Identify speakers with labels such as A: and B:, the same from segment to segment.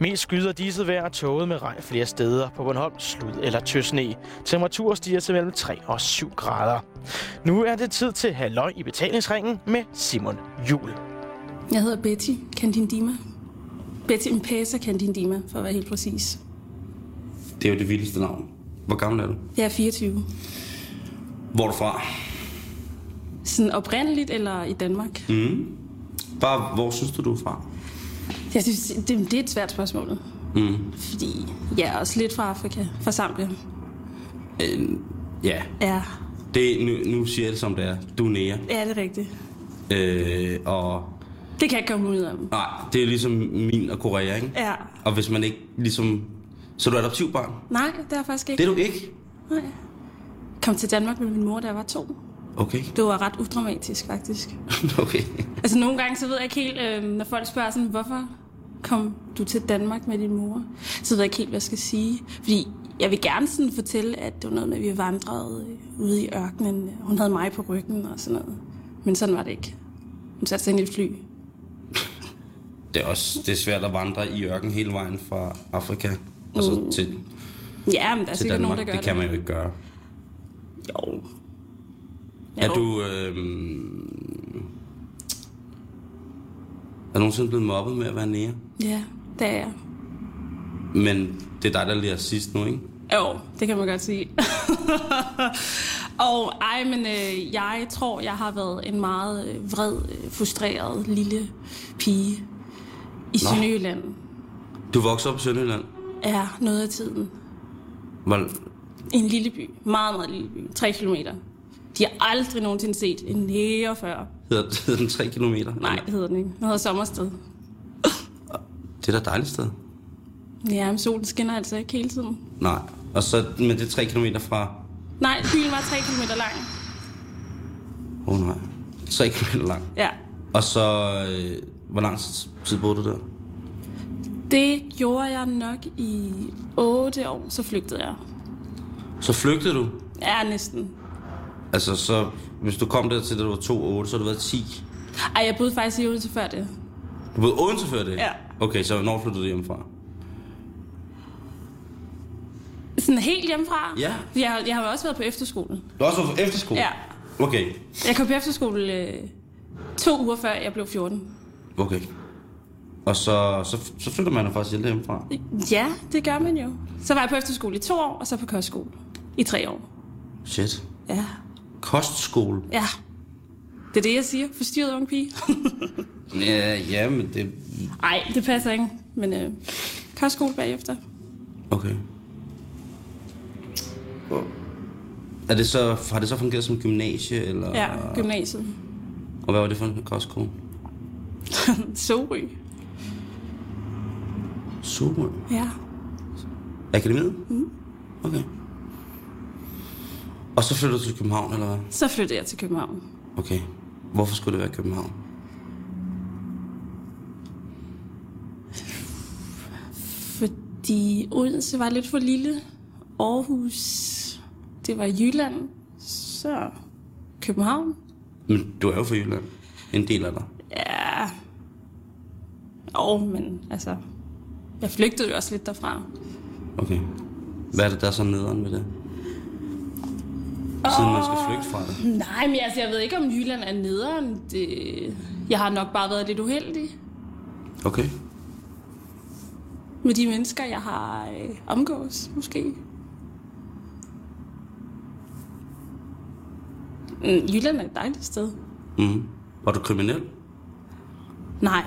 A: Mest skyder disse vejr og tåget med regn flere steder. På Bornholm slud eller tøsne. Temperaturen stiger til mellem 3 og 7 grader. Nu er det tid til halløj i betalingsringen med Simon Jul.
B: Jeg hedder Betty Candindima. Betty Mpesa Candindima, for at være helt præcis.
C: Det er jo det vildeste navn. Hvor gammel er du?
B: Jeg er 24.
C: Hvor er du fra?
B: Sådan oprindeligt eller i Danmark? Mm.
C: Bare, hvor synes du, du er fra?
B: Jeg synes, det, det er et svært spørgsmål. Mm. Fordi jeg er også lidt fra Afrika, fra Zambia.
C: Øh, ja,
B: Ja,
C: det, nu, nu siger jeg det, som det er. Du er nære.
B: ja, det er rigtigt.
C: Øh, og
B: Det kan jeg ikke komme ud om.
C: nej, det er ligesom min og Korea, ikke?
B: Ja.
C: Og hvis man ikke ligesom... Så er du adoptivbarn?
B: Nej, det er jeg faktisk
C: Det
B: ikke.
C: er du ikke?
B: Nej. Jeg kom til Danmark med min mor, da jeg var to.
C: Okay.
B: Det var ret udramatisk, faktisk.
C: okay.
B: Altså, nogle gange, så ved jeg ikke helt, øh, når folk spørger sådan, hvorfor kom du til Danmark med din mor? Så ved jeg ikke helt, hvad jeg skal sige. Fordi jeg vil gerne sådan fortælle, at det var noget med, at vi vandrede øh, ude i ørkenen. Hun havde mig på ryggen og sådan noget. Men sådan var det ikke. Hun satte sig ind i et fly.
C: Det er også det er svært at vandre i ørken hele vejen fra Afrika. Altså mm. til,
B: Ja, men Uh, der er
C: til
B: sikkert
C: Danmark.
B: nogen, der gør
C: det kan man jo ikke gøre.
B: Jo.
C: Er
B: Jo.
C: du... Øh, er du nogensinde blevet mobbet med at være nære?
B: Ja, det er jeg.
C: Men det er dig, der lærer sidst nu, ikke?
B: Jo, det kan man godt sige. og ej, men øh, jeg tror, jeg har været en meget øh, vred, øh, frustreret lille pige i
C: Nå.
B: Sønderjylland.
C: Du voksede op i Sønderjylland.
B: Er noget af tiden.
C: Hvor-
B: En lille by. Meget, meget lille by. Tre kilometer. De har aldrig nogensinde set en nære før.
C: Hedder, hedder den 3 kilometer?
B: Nej, det hedder den ikke. Den hedder Sommersted.
C: Det er da et dejligt sted.
B: Ja, men solen skinner altså ikke hele tiden.
C: Nej. Og så, men det er 3 kilometer fra...
B: Nej, byen var tre kilometer lang.
C: Åh oh, nej. 3 kilometer lang.
B: Ja,
C: Og så, øh, hvor lang tid boede du der?
B: Det gjorde jeg nok i 8 år, så flygtede jeg.
C: Så flygtede du?
B: Ja, næsten.
C: Altså, så hvis du kom der til, da du var 2-8, så har du været 10.
B: Ej, jeg boede faktisk i Odense før det.
C: Du boede i Odense før det?
B: Ja.
C: Okay, så hvornår flyttede du hjemmefra?
B: Sådan helt hjemmefra.
C: Ja. Oh.
B: Jeg, jeg har jo også været på efterskole.
C: Du har også været på efterskole?
B: Ja.
C: Okay.
B: Jeg kom på efterskole øh, to uger før jeg blev 14.
C: Okay. Og så, så, så flytter man jo faktisk helt hjemmefra.
B: Ja, det gør man jo. Så var jeg på efterskole i to år, og så på kostskole i tre år.
C: Shit.
B: Ja.
C: Kostskole.
B: Ja. Det er det, jeg siger. Forstyrret unge pige.
C: Ja, ja, men det...
B: Nej, det passer ikke. Men øh, kostskole bagefter.
C: Okay. Og- Er det så, har det så fungeret som gymnasie, eller...
B: Ja, gymnasiet.
C: Og hvad var det for en kostskole?
B: Sorry.
C: Super.
B: Ja.
C: Akademiet? Mm. Okay. Og så flytter du til København, eller hvad?
B: Så flyttede jeg til København.
C: Okay. Hvorfor skulle det være København?
B: Fordi Odense var lidt for lille. Aarhus, det var Jylland. Så København.
C: Men du er jo fra Jylland. En del af dig.
B: Ja. Åh, oh, men altså... Jeg flygtede jo også lidt derfra.
C: Okay. Hvad er det, der er så nederen ved det? Siden man skal flygte fra det.
B: Nej, men altså, jeg ved ikke, om Jylland er nederen. Det... Jeg har nok bare været lidt uheldig
C: Okay.
B: med de mennesker, jeg har øh, omgås, måske. Mm, Jylland er et dejligt sted.
C: Mm. Var du kriminel?
B: Nej,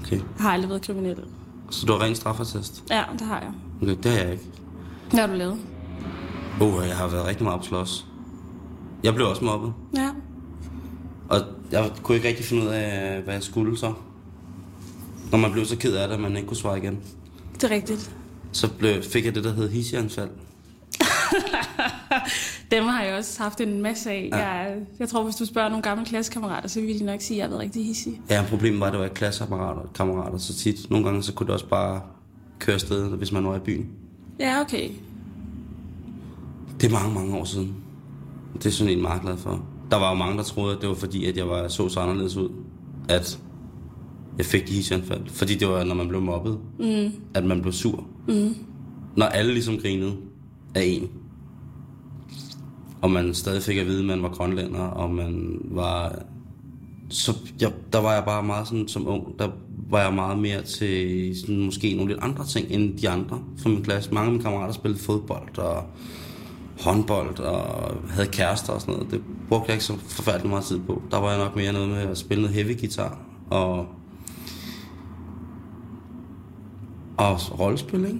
C: Okay.
B: jeg har aldrig været kriminel.
C: Så du har ren straffetest?
B: Ja, det har jeg.
C: Okay, det har jeg ikke.
B: Hvad har du lavet?
C: Uh, jeg har været rigtig meget på slås. Jeg blev også mobbet.
B: Ja.
C: Og jeg kunne ikke rigtig finde ud af, hvad jeg skulle så. Når man blev så ked af det, at man ikke kunne svare igen.
B: Det er rigtigt.
C: Så blev, fik jeg det, der hed hisseanfald.
B: Dem har jeg også haft en masse af. Ja. Jeg, jeg tror, hvis du spørger nogle gamle klassekammerater, så vil de nok sige, at jeg har været rigtig hissig.
C: Ja, problemet var, at det var ikke klassekammerater kammerater så tit. Nogle gange så kunne det også bare køre afsted, hvis man var i byen.
B: Ja, okay.
C: Det er mange, mange år siden. Det er sådan en meget glad for. Der var jo mange, der troede, at det var fordi, at jeg var, så så anderledes ud. At jeg fik de hisseanfald. Fordi det var, når man blev mobbet, mm. at man blev sur. Mm. Når alle ligesom grinede af en. Og man stadig fik at vide, at man var grønlænder, og man var... Så jeg, der var jeg bare meget sådan, som ung, der var jeg meget mere til sådan, måske nogle lidt andre ting end de andre fra min klasse. Mange af mine kammerater spillede fodbold og håndbold og havde kærester og sådan noget. Det brugte jeg ikke så forfærdelig meget tid på. Der var jeg nok mere noget med at spille noget heavy guitar og, og rollespil, ikke?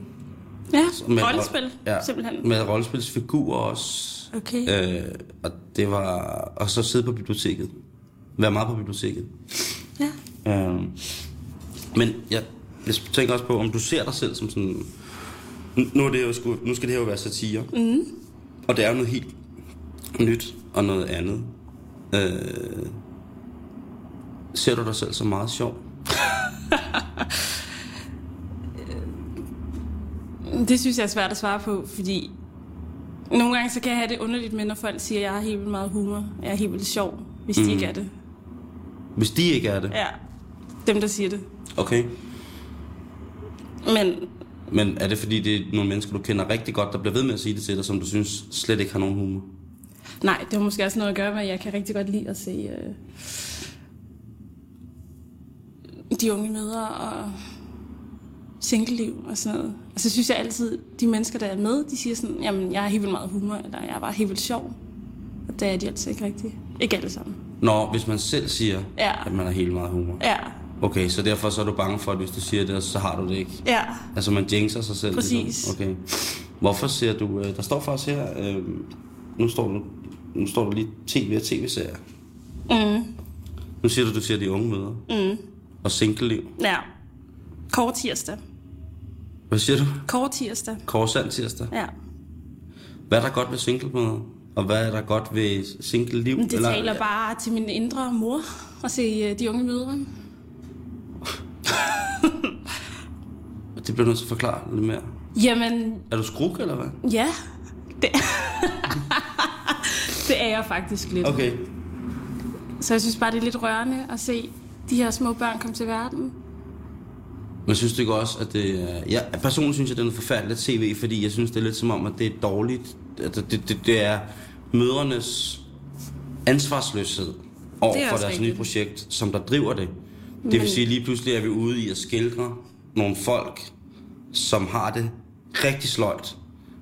B: Ja,
C: Med-
B: rollespil, ja. simpelthen.
C: Med rollespilsfigurer også.
B: Okay.
C: Øh, og det var... Og så sidde på biblioteket. Være meget på biblioteket.
B: Ja.
C: Øh, men jeg, jeg tænker også på, om du ser dig selv som sådan... Nu- Nu, er det jo sku, nu skal det her jo være satire. Mm.
B: Mm-hmm.
C: Og det er jo noget helt nyt og noget andet. Øh, ser du dig selv som meget sjov?
B: Det synes jeg er svært at svare på, fordi nogle gange så kan jeg have det underligt med, når folk siger, at jeg har helt vildt meget humor, jeg er helt vildt sjov, hvis de ikke er det.
C: Hvis de ikke er det.
B: Ja, dem der siger det.
C: Okay.
B: Men
C: Men er det fordi, det er nogle mennesker, du kender rigtig godt, der bliver ved med at sige det til dig, som du synes slet ikke har nogen humor?
B: nej, det har måske også noget at gøre med, at jeg kan rigtig godt lide at se øh, de unge mødre og singleliv og sådan noget. Og så synes jeg altid, de mennesker, der er med, de siger sådan, jamen jeg har helt vildt meget humor, eller jeg er bare helt vildt sjov. Og det er de altså ikke rigtigt. Ikke alle sammen.
C: Nå, hvis man selv siger,
B: Ja.
C: at man har helt meget humor.
B: Ja,
C: Okay, så derfor så er du bange for, at hvis du siger det, så har du det ikke.
B: ja.
C: Altså man jinxer sig selv. ligesom.
B: Præcis.
C: Okay. Hvorfor ser du... Øh, der står faktisk her... Øh, nu, står du, nu står der lige tv og tv-serier.
B: Mm,
C: Nu siger du, du ser de unge møder. Mm. Og single-liv.
B: ja. Kort tirsdag.
C: Hvad siger du?
B: Kort tirsdag.
C: Korsand tirsdag.
B: Ja.
C: Hvad er der godt ved single-møder? Og hvad er der godt ved single-liv?
B: Men det Eller, taler bare til min indre mor og se øh, de unge mødre.
C: Det bliver du nødt til at forklare lidt mere.
B: Jamen,
C: Er du skruk, eller hvad?
B: ja. Det, det er jeg faktisk lidt.
C: Okay.
B: Så jeg synes bare, det er lidt rørende at se de her små børn komme til verden.
C: Men synes du ikke også, at det er... Ja, personligt synes jeg, det er noget forfærdeligt tv, fordi jeg synes, det er lidt som om, at det er dårligt. Altså, det, det, det er mødernes ansvarsløshed over
B: Det er
C: for
B: også
C: deres
B: rigtigt.
C: nye projekt, som der driver det. Det vil sige, lige pludselig er vi ude i at skildre nogle folk, som har det rigtig sløjt.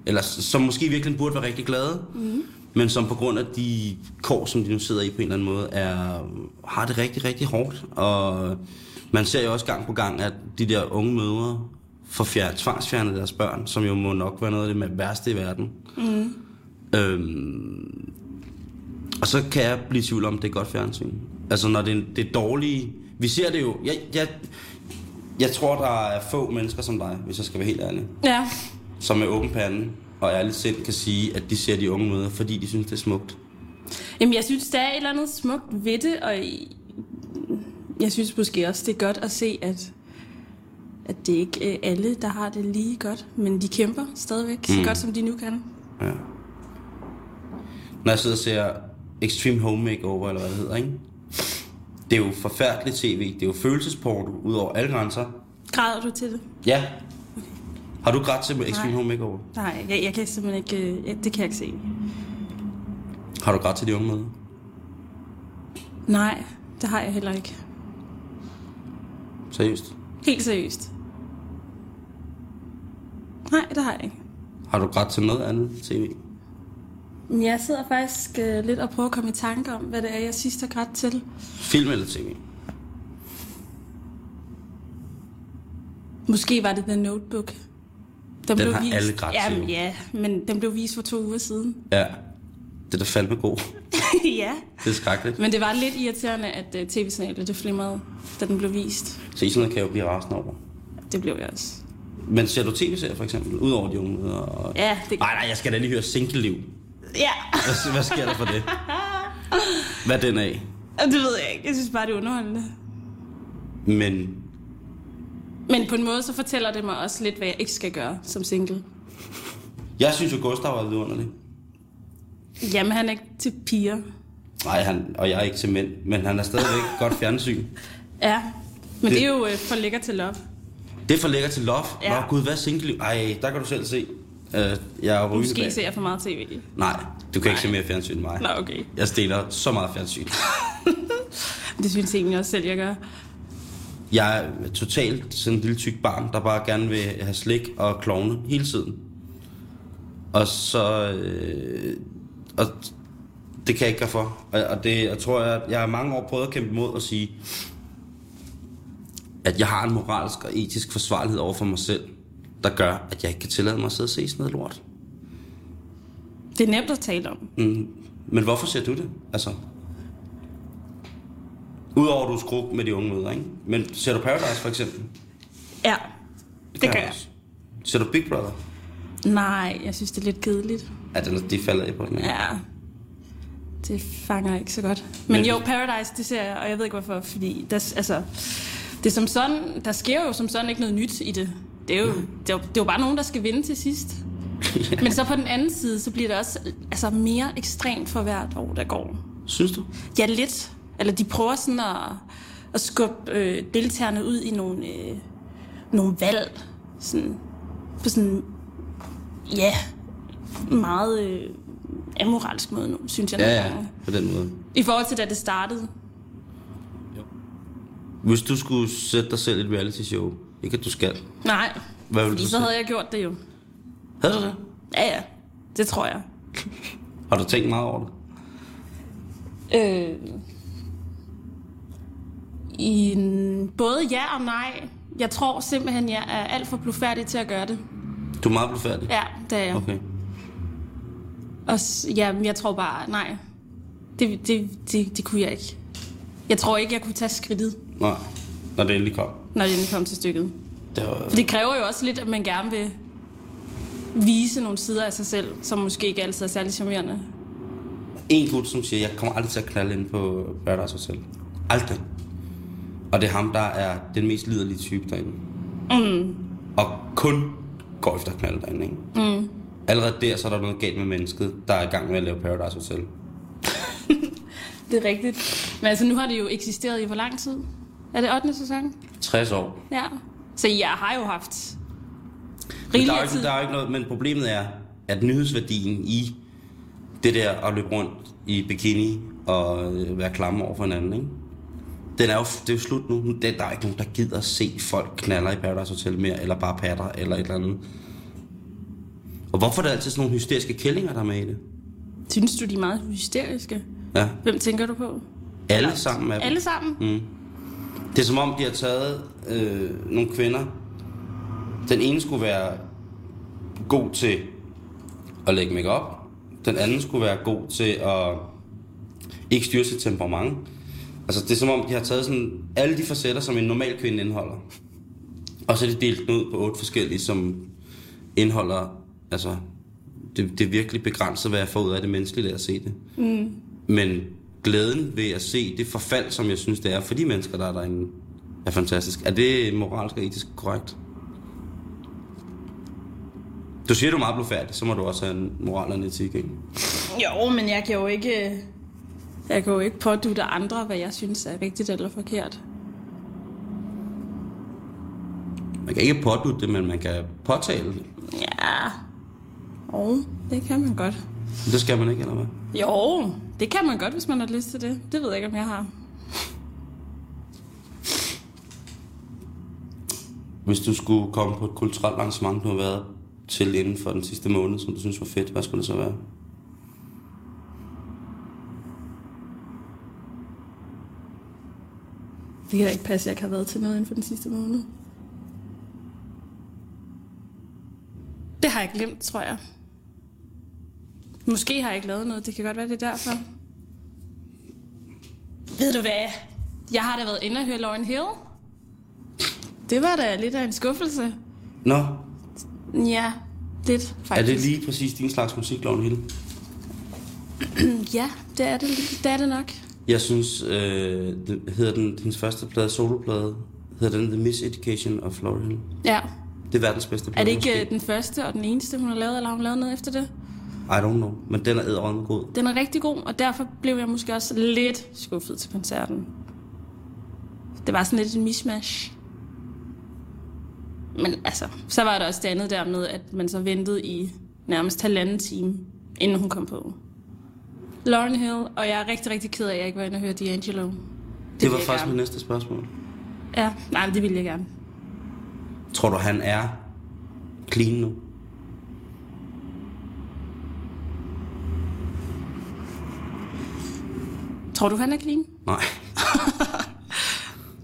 C: Eller s- som måske virkelig burde være rigtig glade,
B: Mhm.
C: mm. men som på grund af de kår, som de nu sidder i på en eller anden måde, er, har det rigtig, rigtig hårdt. Og man ser jo også gang på gang, at de der unge mødre får fjer- tvangsfjernet deres børn, som jo må nok være noget af det værste i verden.
B: Mhm.
C: Mm. Øhm, og så kan jeg blive i tvivl om, at det er godt fjernsyn. Altså når det er, det er dårlige... Vi ser det jo... Jeg, jeg, jeg tror, der er få mennesker som dig, hvis jeg skal være helt ærlig,
B: Ja,
C: som med åben pande og ærligt sind kan sige, at de ser de unge møder, fordi de synes, det er smukt.
B: Jamen, jeg synes, der er et eller andet smukt ved det, og i- jeg synes måske også, det er godt at se, at, at det er ikke øh, alle, der har det lige godt, men de kæmper stadigvæk mm. så godt, som de nu kan.
C: Ja. Når jeg sidder og ser Extreme Home Makeover, eller hvad det hedder, ikke? Det er jo forfærdeligt tv. Det er jo følelsesporno ud over alle grænser.
B: Græder du til det?
C: Ja. Har du grædt til Extreme
B: Nej.
C: Home Makeover?
B: Nej, jeg, jeg kan simpelthen ikke... øh, Jeg, det kan jeg ikke se.
C: Har du grædt til de unge møder?
B: Nej, det har jeg heller ikke.
C: Seriøst?
B: Helt seriøst. Nej, det har jeg ikke.
C: Har du grædt til noget andet tv?
B: Men Jeg sidder faktisk øh, lidt og prøver at komme i tanke om, hvad det er, jeg sidst har grædt til.
C: Film eller tv?
B: Måske var det The Notebook.
C: Den har alle grædt til,
B: Jamen,
C: jo.
B: ja, men den blev vist for to uger siden.
C: Ja. Det er da fandme god.
B: ja.
C: Det er skrækkeligt.
B: Men det var lidt irriterende, at uh, tv-signalet det flimrede, da den blev vist.
C: Se, sådan noget kan jeg jo blive rasende over.
B: Det blev jeg også.
C: Men ser du tv-serier for eksempel, udover de unge? Og...
B: Ja, det...
C: Nej, nej, jeg skal da lige høre single-liv.
B: Ja,
C: Hvad, hvad sker der for det? Hvad er den af?
B: det ved jeg ikke. Jeg synes bare, det er underholdende.
C: Men
B: Men på en måde, så fortæller det mig også lidt, hvad jeg ikke skal gøre som single.
C: jeg synes jo, Gustav er vidunderlig.
B: Jamen, han er ikke til piger.
C: Nej, han, og jeg er ikke til mænd, men han er stadigvæk godt fjernsyn.
B: Ja, Men det, det er jo øh, for lækker til love.
C: Det er for lækker til love. Ja.
B: Ja.
C: Nå gud, hvad er single? Ej, der kan du selv se. Uh, jeg er rygende
B: Måske
C: bag.
B: ser jeg for meget tv.
C: Nej, du kan ikke se mere fjernsyn end mig.
B: Nå, okay.
C: Jeg stiller så meget fjernsyn.
B: Det synes jeg egentlig også selv, jeg gør.
C: Jeg er totalt sådan en lille tyk barn, der bare gerne vil have slik og klovne hele tiden. Og så... Øh, og det kan jeg ikke gøre for. Og, og det, jeg tror, jeg, jeg har mange år prøvet at kæmpe imod og sige, at jeg har en moralsk og etisk forsvarlighed over for mig selv, der gør, at jeg ikke kan tillade mig at sidde og se sådan noget lort.
B: Det er nemt at tale om.
C: Mm. Men hvorfor ser du det? Altså, Udover at du er skruk med de unge møder, ikke? Men ser du Paradise for eksempel?
B: Ja, det gør
C: jeg
B: jeg.
C: også. Ser du Big Brother?
B: Nej, jeg synes, det er lidt kedeligt.
C: Ja, den, de falder af på den. Ja.
B: Ja, det fanger ikke så godt. Men,
C: Men-
B: jo, Paradise, det ser jeg, og jeg ved ikke hvorfor, fordi der, altså, det er som sådan, der sker jo som sådan ikke noget nyt i det. Det er jo, det er jo, det er jo bare nogen, der skal vinde til sidst. Men så på den anden side, så bliver det også altså, mere ekstremt for hvert år, der går.
C: Synes du?
B: Ja, lidt. Eller de prøver sådan at, at skubbe øh, deltagerne ud i nogle, øh, nogle valg. Sådan, på sådan, ja, meget øh, amoralsk måde nu, synes jeg.
C: Ja,
B: nogle
C: ja,
B: gange.
C: på den måde.
B: I forhold til, da det startede.
C: Hvis du skulle sætte dig selv i et reality show, ikke at du skal.
B: Nej,
C: Hvad ville
B: fordi
C: du
B: så
C: sætte?
B: havde jeg gjort det jo.
C: Havde du det?
B: Ja, ja, det tror jeg.
C: Har du tænkt meget over det?
B: Øh, i, en- både ja og nej. Jeg tror simpelthen, jeg er alt for blufærdig til at gøre det.
C: Du er meget blufærdig?
B: Ja, det er jeg.
C: Okay.
B: Og s- ja, men jeg tror bare, nej. Det, det, det, det kunne jeg ikke. Jeg tror ikke, jeg kunne tage skridtet,
C: Nej, når det endelig kom.
B: når det endelig kom til stykket.
C: Det var...
B: For det kræver jo også lidt, at man gerne vil vise nogle sider af sig selv, som måske ikke altid er særlig charmerende.
C: En gut, som siger, jeg kommer aldrig til at knalde ind på Paradise Hotel. Aldrig. Og det er ham, der er den mest liderlige type derinde. Mm. Og kun går efter at knalde derinde, ikke? Mm. Allerede der, så er der noget galt med mennesket, der er i gang med at lave Paradise Hotel.
B: Det er rigtigt. Men altså, nu har det jo eksisteret i hvor lang tid? Er det 8. sæson?
C: 60 år.
B: Ja. Så jeg har jo haft
C: Men
B: rigelig
C: der, er jo
B: af
C: ikke,
B: tid.
C: der er jo ikke noget, men problemet er, at nyhedsværdien i det der at løbe rundt i bikini og øh, være klamme over for hinanden, ikke? Den er jo, det er jo slut nu. Det, der er ikke nogen, der gider at se folk knaller i Paradise Hotel mere, eller bare patter, eller et eller andet. Og hvorfor er der altid sådan nogle hysteriske kællinger, der er med i det?
B: Synes du, de er meget hysteriske?
C: Ja,
B: Hvem tænker du på?
C: alle sammen er
B: Alle sammen? Mm.
C: Det er som om, de har taget øh, nogle kvinder. Den ene skulle være god til at lægge makeup. Den anden skulle være god til at ikke styre sit temperament. Altså, det er som om, de har taget sådan alle de facetter, som en normal kvinde indeholder. Og så er de delt den ud på otte forskellige, som indeholder... Altså, det, det er virkelig begrænset, hvad jeg får ud af det menneskelige af at se det. Men glæden ved at se det forfald, som jeg synes, det er for de mennesker, der er derinde, er fantastisk. Er det moralsk og etisk korrekt? Du siger, du er meget blufærdig, så må du også have en moral og en etik, ikke?
B: Jo, men jeg kan jo ikke... øh, Jeg kan jo ikke pådute andre, hvad jeg synes er rigtigt eller forkert.
C: Man kan ikke pådute det, men man kan påtale det.
B: Ja. Jo, det kan man godt.
C: Men Det skal man ikke, eller hvad?
B: Jo, det kan man godt, hvis man har lyst til det. Det ved jeg ikke, om jeg har.
C: Hvis du skulle komme på et kulturelt arrangement, du har været til inden for den sidste måned, som du synes var fedt, hvad skulle det så være?
B: Det kan da ikke passe, at jeg ikke har været til noget inden for den sidste måned. Det har jeg glemt, tror jeg. Måske har jeg ikke lavet noget. Det kan godt være, det er derfor. Ved du hvad? Jeg har da været inde og høre Lauren Hill. Det var da lidt af en skuffelse.
C: Nå,
B: Ja, lidt
C: er
B: faktisk.
C: det lige præcis din slags musik, Lovn Hill?
B: Ja, det er det, det, er det nok.
C: Jeg synes, øh, det, hedder den, hendes første plade, soloplade, hedder den The Miseducation of Lauryn Hill.
B: Ja.
C: Det er verdens bedste plade.
B: Er det ikke øh,
C: måske.
B: den første og den eneste, hun har lavet, eller har hun lavet noget efter det?
C: I don't know, men den er ædrende god.
B: Den er rigtig god, og derfor blev jeg måske også lidt skuffet til koncerten. Det var sådan lidt en mismatch. Men altså, så var der også det andet der med, at man så ventede i nærmest halvanden time, inden hun kom på. Lauren Hill, og jeg er rigtig, rigtig ked af, at jeg ikke var inde og høre D'Angelo. Det,
C: Det
B: ville
C: var
B: jeg
C: faktisk mit
B: gerne.
C: næste spørgsmål.
B: Ja, nej, men det ville jeg gerne.
C: Tror du, han er clean nu?
B: Tror du, han er clean?
C: Nej,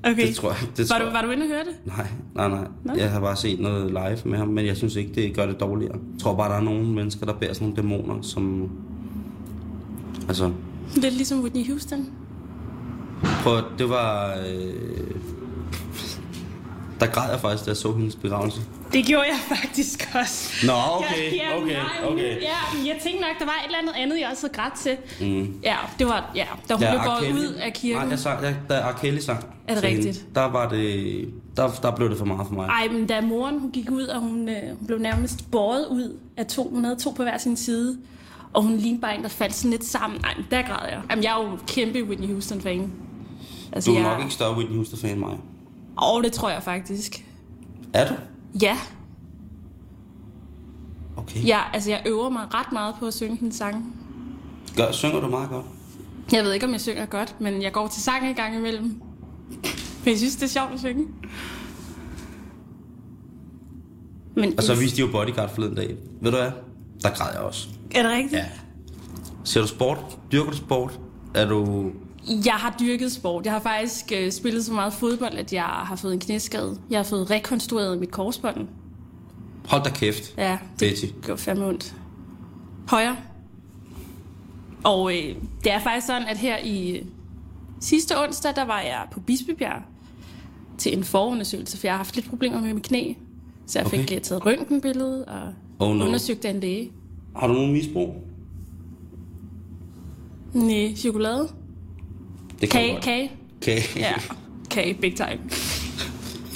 B: Okay.
C: det tror jeg ikke. Det
B: var,
C: tror
B: du,
C: jeg.
B: var du inde og høre det?
C: Nej, nej, nej.
B: Nå.
C: Jeg har bare set noget live med ham, men jeg synes ikke, det gør det dårligere. Jeg tror bare, der er nogle mennesker, der bærer sådan nogle dæmoner, som... Altså,
B: Lidt ligesom Whitney Houston.
C: prøv at, det var... Øh... Der græd jeg faktisk, da jeg så hendes begravelse.
B: Det gjorde jeg faktisk også.
C: Nå, okay,
B: Ja, ja,
C: okay,
B: nej,
C: okay.
B: Ja, jeg tænkte nok, der var et eller andet andet, jeg også havde grædt til. Mm. Ja, det var, ja, da hun
C: Der
B: blev
C: er R.
B: båret
C: Kelly-
B: ud af kirken.
C: Nej,
B: Nej,
C: jeg sang, jeg, der er R. Kelly sang.
B: Er det
C: til hende.
B: rigtigt?
C: Der var det... Der, der blev det for meget for mig.
B: Ej, men da moren hun gik ud, og hun, øh, hun blev nærmest båret ud af to, hun havde to på hver sin side, og hun lignede bare en, der faldt sådan lidt sammen. Nej, der græd jeg. Jamen, jeg er jo kæmpe Whitney Houston-fan. Altså,
C: Du er
B: jeg...
C: nok ikke større Whitney Houston-fan end mig.
B: Åh, det tror jeg faktisk.
C: Er du?
B: Ja,
C: Okay.
B: ja altså, jeg øver mig ret meget på at synge hendes sange.
C: Gør, synger du meget godt?
B: Jeg ved ikke, om jeg synger godt, men jeg går til sang en gang imellem. Men jeg synes, det er sjovt at synge. Men
C: Og så viste de jo Bodyguard forleden dag. Ved du hvad? Der græd jeg også.
B: er det rigtigt?
C: Ser du sport? Dyrker du sport? Er du...
B: Jeg har dyrket sport. Jeg har faktisk øh, spillet så meget fodbold, at jeg har fået en knæskade. Jeg har fået rekonstrueret mit korsbånd.
C: Hold da kæft.
B: Ja,
C: Betty.
B: det går fandme ondt. Højre. Og øh, det er faktisk sådan, at her i øh, sidste onsdag, der var jeg på Bispebjerg til en forundersøgelse, for jeg har haft lidt problemer med mit knæ. Så jeg okay. fik
C: Okay.
B: øh, taget røntgenbillede og
C: Oh no.
B: undersøgt af en læge.
C: Har du nogen misbrug?
B: Næ, chokolade.
C: Det
B: Kage,
C: godt.
B: kage.
C: Kage.
B: Ja, kage, big time.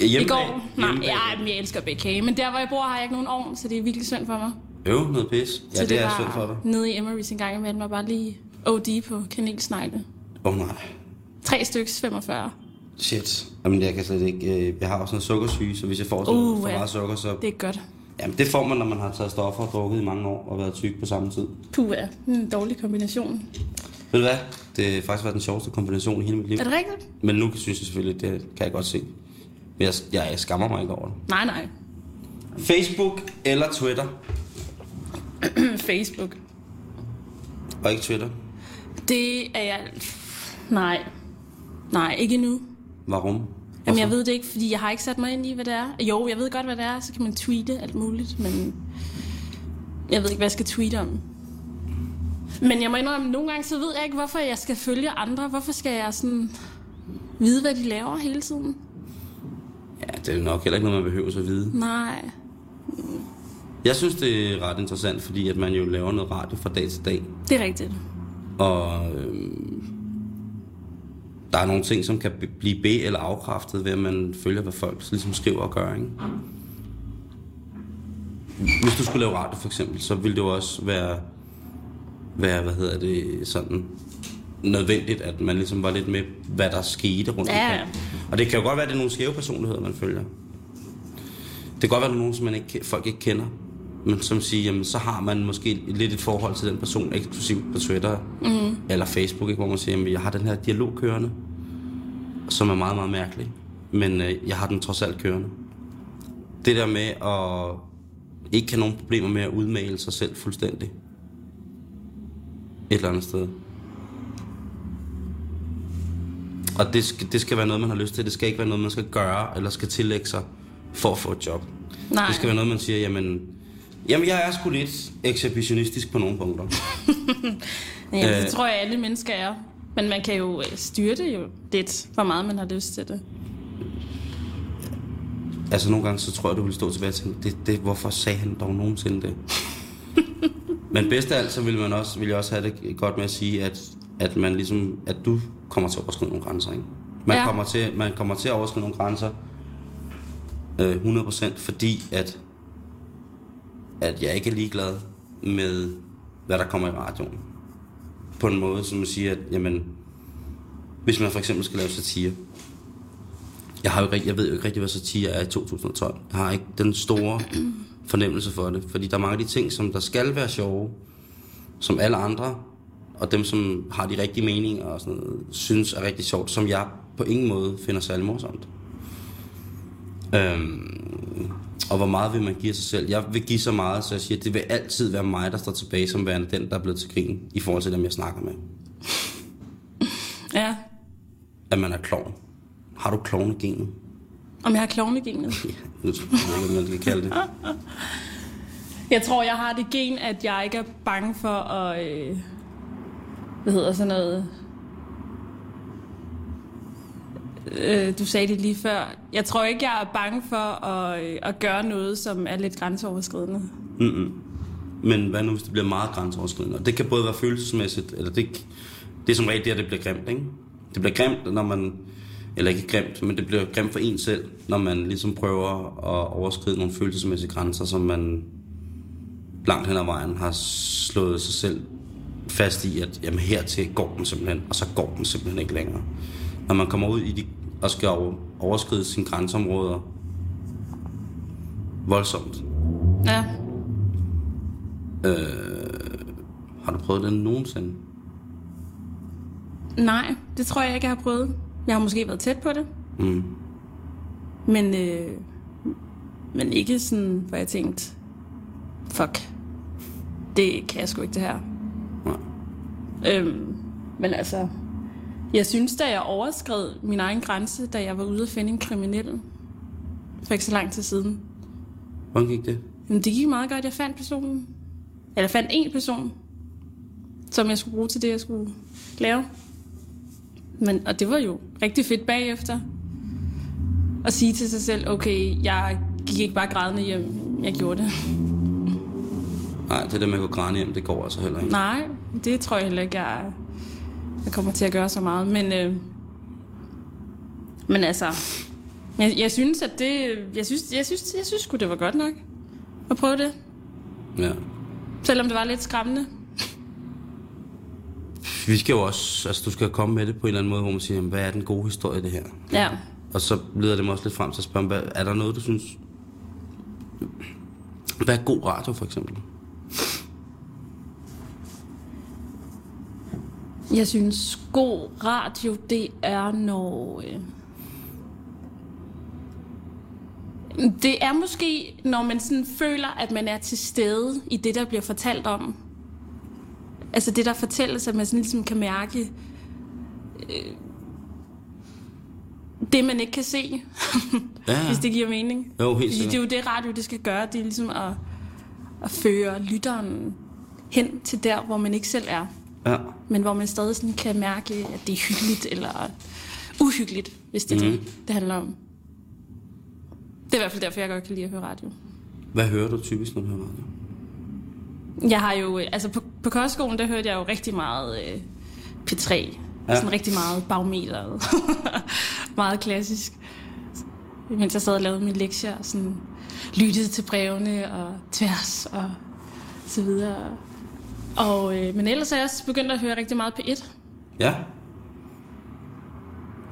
C: Hjemmebag.
B: I går, nej,
C: Hjemmebag.
B: ja, men jeg elsker at bage kage, men der hvor jeg bor har jeg ikke nogen ovn, så det er virkelig synd for mig.
C: Øv noget pis. Ja,
B: så
C: det, det er
B: var
C: synd for dig.
B: nede i Emery's en gang imellem og bare lige OD på kanelsnegle.
C: Åh oh, nej.
B: Tre styks 45.
C: Shit. Jamen, jeg kan slet ikke... øh, Jeg har også noget sukkersyge, så hvis jeg får sådan
B: Uh,
C: for
B: ja.
C: meget sukker, så...
B: Det er godt.
C: Jamen, det får man, når man har taget stoffer og drukket i mange år og været tyk på samme tid.
B: Puh, ja. Det er en dårlig kombination.
C: Ved du hvad? Det har faktisk været den sjoveste kombination i hele mit liv.
B: Er det rigtigt?
C: Men nu synes jeg selvfølgelig, det kan jeg godt se. Men jeg, jeg, jeg skammer mig ikke over det.
B: Nej, nej.
C: Facebook eller Twitter?
B: Facebook.
C: Og ikke Twitter.
B: Det er jeg... Nej. Nej, ikke endnu.
C: Varum?
B: Jamen, jeg ved det ikke, fordi jeg har ikke sat mig ind i, hvad det er. Jo, jeg ved godt, hvad det er, så kan man tweete alt muligt, men jeg ved ikke, hvad jeg skal tweete om. Men jeg må indrømme, nogle gange så ved jeg ikke, hvorfor jeg skal følge andre. Hvorfor skal jeg sådan vide, hvad de laver hele tiden?
C: Ja, det er jo nok heller ikke noget, man behøver at vide.
B: Nej.
C: Jeg synes, det er ret interessant, fordi at man jo laver noget radio fra dag til dag.
B: Det er rigtigt.
C: Og øhm, der er nogle ting, som kan b- blive be- eller afkræftet, ved at man følger, hvad folk ligesom skriver og gør, ikke? Hvis du skulle lave radio, for eksempel, så ville det jo også være, være hvad hedder det, sådan nødvendigt, at man ligesom var lidt med, hvad der skete rundt
B: Ja,
C: omkring. Og det kan jo godt være, at det er nogle skæve personligheder, man følger. Det kan godt være, at der er nogen, som man ikke, folk ikke kender, men som siger, jamen, så har man måske lidt et forhold til den person, eksklusivt på Twitter mm. eller Facebook, ikke, hvor man siger, jamen, jeg har den her dialog kørende, som er meget, meget mærkelig, men øh, jeg har den trods alt kørende. Det der med at ikke have nogen problemer med at udmale sig selv fuldstændig. Et eller andet sted. Og det skal, det skal være noget, man har lyst til. Det skal ikke være noget, man skal gøre eller skal tillægge sig for at få et job.
B: Nej.
C: Det skal være noget, man siger, jamen, jamen jeg er sgu lidt ekshibitionistisk på nogle punkter.
B: Ja,
C: Øh.
B: det tror jeg, alle mennesker er. Men man kan jo øh, styre det jo lidt, hvor meget man har lyst til det.
C: altså nogle gange, så tror jeg, du vil stå tilbage og tænke, det, det, hvorfor sagde han dog nogensinde det? Men bedst af alt, så vil, man også, vil jeg også have det godt med at sige, at, at, man ligesom, at du kommer til at overskride nogle grænser. Ikke? Man,
B: Ja.
C: ja. kommer til, man kommer til at overskride nogle grænser øh, 100%, fordi at, at jeg ikke er ligeglad med, hvad der kommer i radioen. På en måde, som man siger, at jamen, hvis man for eksempel skal lave satire, Jeg, har jo ikke, rigtig- jeg ved jo ikke rigtig, hvad satire er i 2012. Jeg har ikke den store fornemmelse for det. Fordi der er mange af de ting, som der skal være sjove, som alle andre, og dem, som har de rigtige meninger og sådan noget, synes er rigtig sjovt, som jeg på ingen måde finder særlig morsomt. Øhm, og hvor meget vil man give af sig selv? Jeg vil give så meget, så jeg siger, at det vil altid være mig, der står tilbage som værende den, der er blevet til grin, i forhold til dem, jeg snakker med.
B: Ja.
C: At man er klovn. Har du klovnegenet?
B: Om jeg har klovnegenet?
C: Ja, nu ved jeg ikke, hvad man skal kalde det.
B: Jeg tror, jeg har det gen, at jeg ikke er bange for at... Øh, hvad hedder sådan noget? Øh, du sagde det lige før. Jeg tror ikke, jeg er bange for at, øh, at gøre noget, som er lidt grænseoverskridende.
C: Men hvad nu, hvis det bliver meget grænseoverskridende? Og det kan både være følelsesmæssigt, eller det, det er som regel der, det bliver grimt, ikke? Det bliver grimt, når man... Eller ikke grimt, men det bliver grimt for en selv, når man ligesom prøver at overskride nogle følelsesmæssige grænser, som man langt hen ad vejen har slået sig selv fast i, at jamen, hertil går den simpelthen, og så går den simpelthen ikke længere. Når man kommer ud i de, og skal over, overskride sine grænseområder voldsomt,
B: Ja.
C: har du prøvet det nogensinde?
B: Nej, det tror jeg ikke, jeg har prøvet. Jeg har måske været tæt på det.
C: Mm.
B: Men, øh, men ikke sådan, hvor jeg tænkte, fuck, det kan jeg sgu ikke det her.
C: Nej.
B: Øhm, men altså, jeg synes, da jeg overskred min egen grænse, da jeg var ude at finde en kriminel, for ikke så lang tid siden.
C: Hvordan gik det?
B: Men det gik meget godt, jeg fandt personen. Eller fandt en person, som jeg skulle bruge til det, jeg skulle lave. Men, og det var jo rigtig fedt bagefter. At sige til sig selv, okay, jeg gik ikke bare grædende hjem, jeg gjorde det.
C: Nej, det der med at gå græne hjem, det går altså heller ikke.
B: Nej, det tror jeg heller ikke, jeg, jeg kommer til at gøre så meget. Men, øh, men altså, jeg, jeg synes, at det... Jeg synes, jeg synes, jeg synes sgu, det var godt nok at prøve det.
C: Ja.
B: Selvom det var lidt skræmmende.
C: Vi skal jo også, altså du skal komme med det på en eller anden måde, hvor man siger, jamen, hvad er den gode historie i det her?
B: Ja.
C: Og så leder det mig også lidt frem til at spørge, hvad, er der noget, du synes... Hvad er god radio, for eksempel?
B: Jeg synes, god radio, det er når... Øh, det er måske, når man sådan føler, at man er til stede i det, der bliver fortalt om. Altså det, der fortælles, at man sådan ligesom kan mærke øh, det, man ikke kan se,
C: Ja,
B: hvis det giver mening.
C: Jo, helt
B: Fordi det er
C: sikkert.
B: jo det, radio det skal gøre. Det er ligesom at, at føre lytteren hen til der, hvor man ikke selv er
C: Ja.
B: men hvor man stadig sådan kan mærke, at det er hyggeligt eller uhyggeligt, hvis det er mm. det, det handler om. Det er i hvert fald derfor, jeg godt kan lide at høre radio.
C: Hvad hører du typisk, når du hører radio?
B: Jeg har jo, øh, altså på, på kostskolen, der hørte jeg jo rigtig meget øh, P3. Ja.
C: Ja.
B: Sådan rigtig meget bagmeter. meget klassisk. Mens jeg sad og lavede mine lektier og sådan lyttede til brevene og tværs og så videre. Og, øh, men ellers er jeg også begyndt at høre rigtig meget P1.
C: Ja.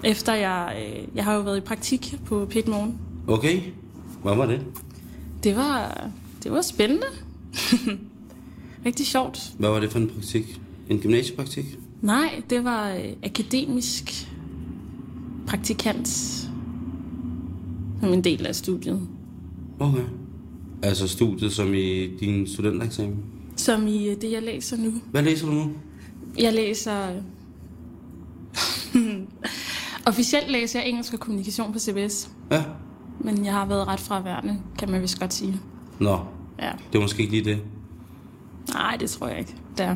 B: Efter jeg, øh, jeg har jo været i praktik på Pit Morgen.
C: Okay. Hvad var det?
B: Det var, det var spændende. Rigtig sjovt.
C: Hvad var det for en praktik? En gymnasiepraktik?
B: Nej, det var øh, akademisk praktikant som en del af studiet.
C: Okay. Altså studiet som i din studentereksamen.
B: Som i øh, det, jeg læser nu.
C: Hvad læser du nu?
B: Jeg læser... øh, Officielt læser jeg engelsk og kommunikation på CBS,
C: Ja.
B: men jeg har været ret fraværende, kan man vist godt sige.
C: Nå,
B: Ja.
C: det var måske ikke lige det.
B: Nej, det tror jeg ikke. Der.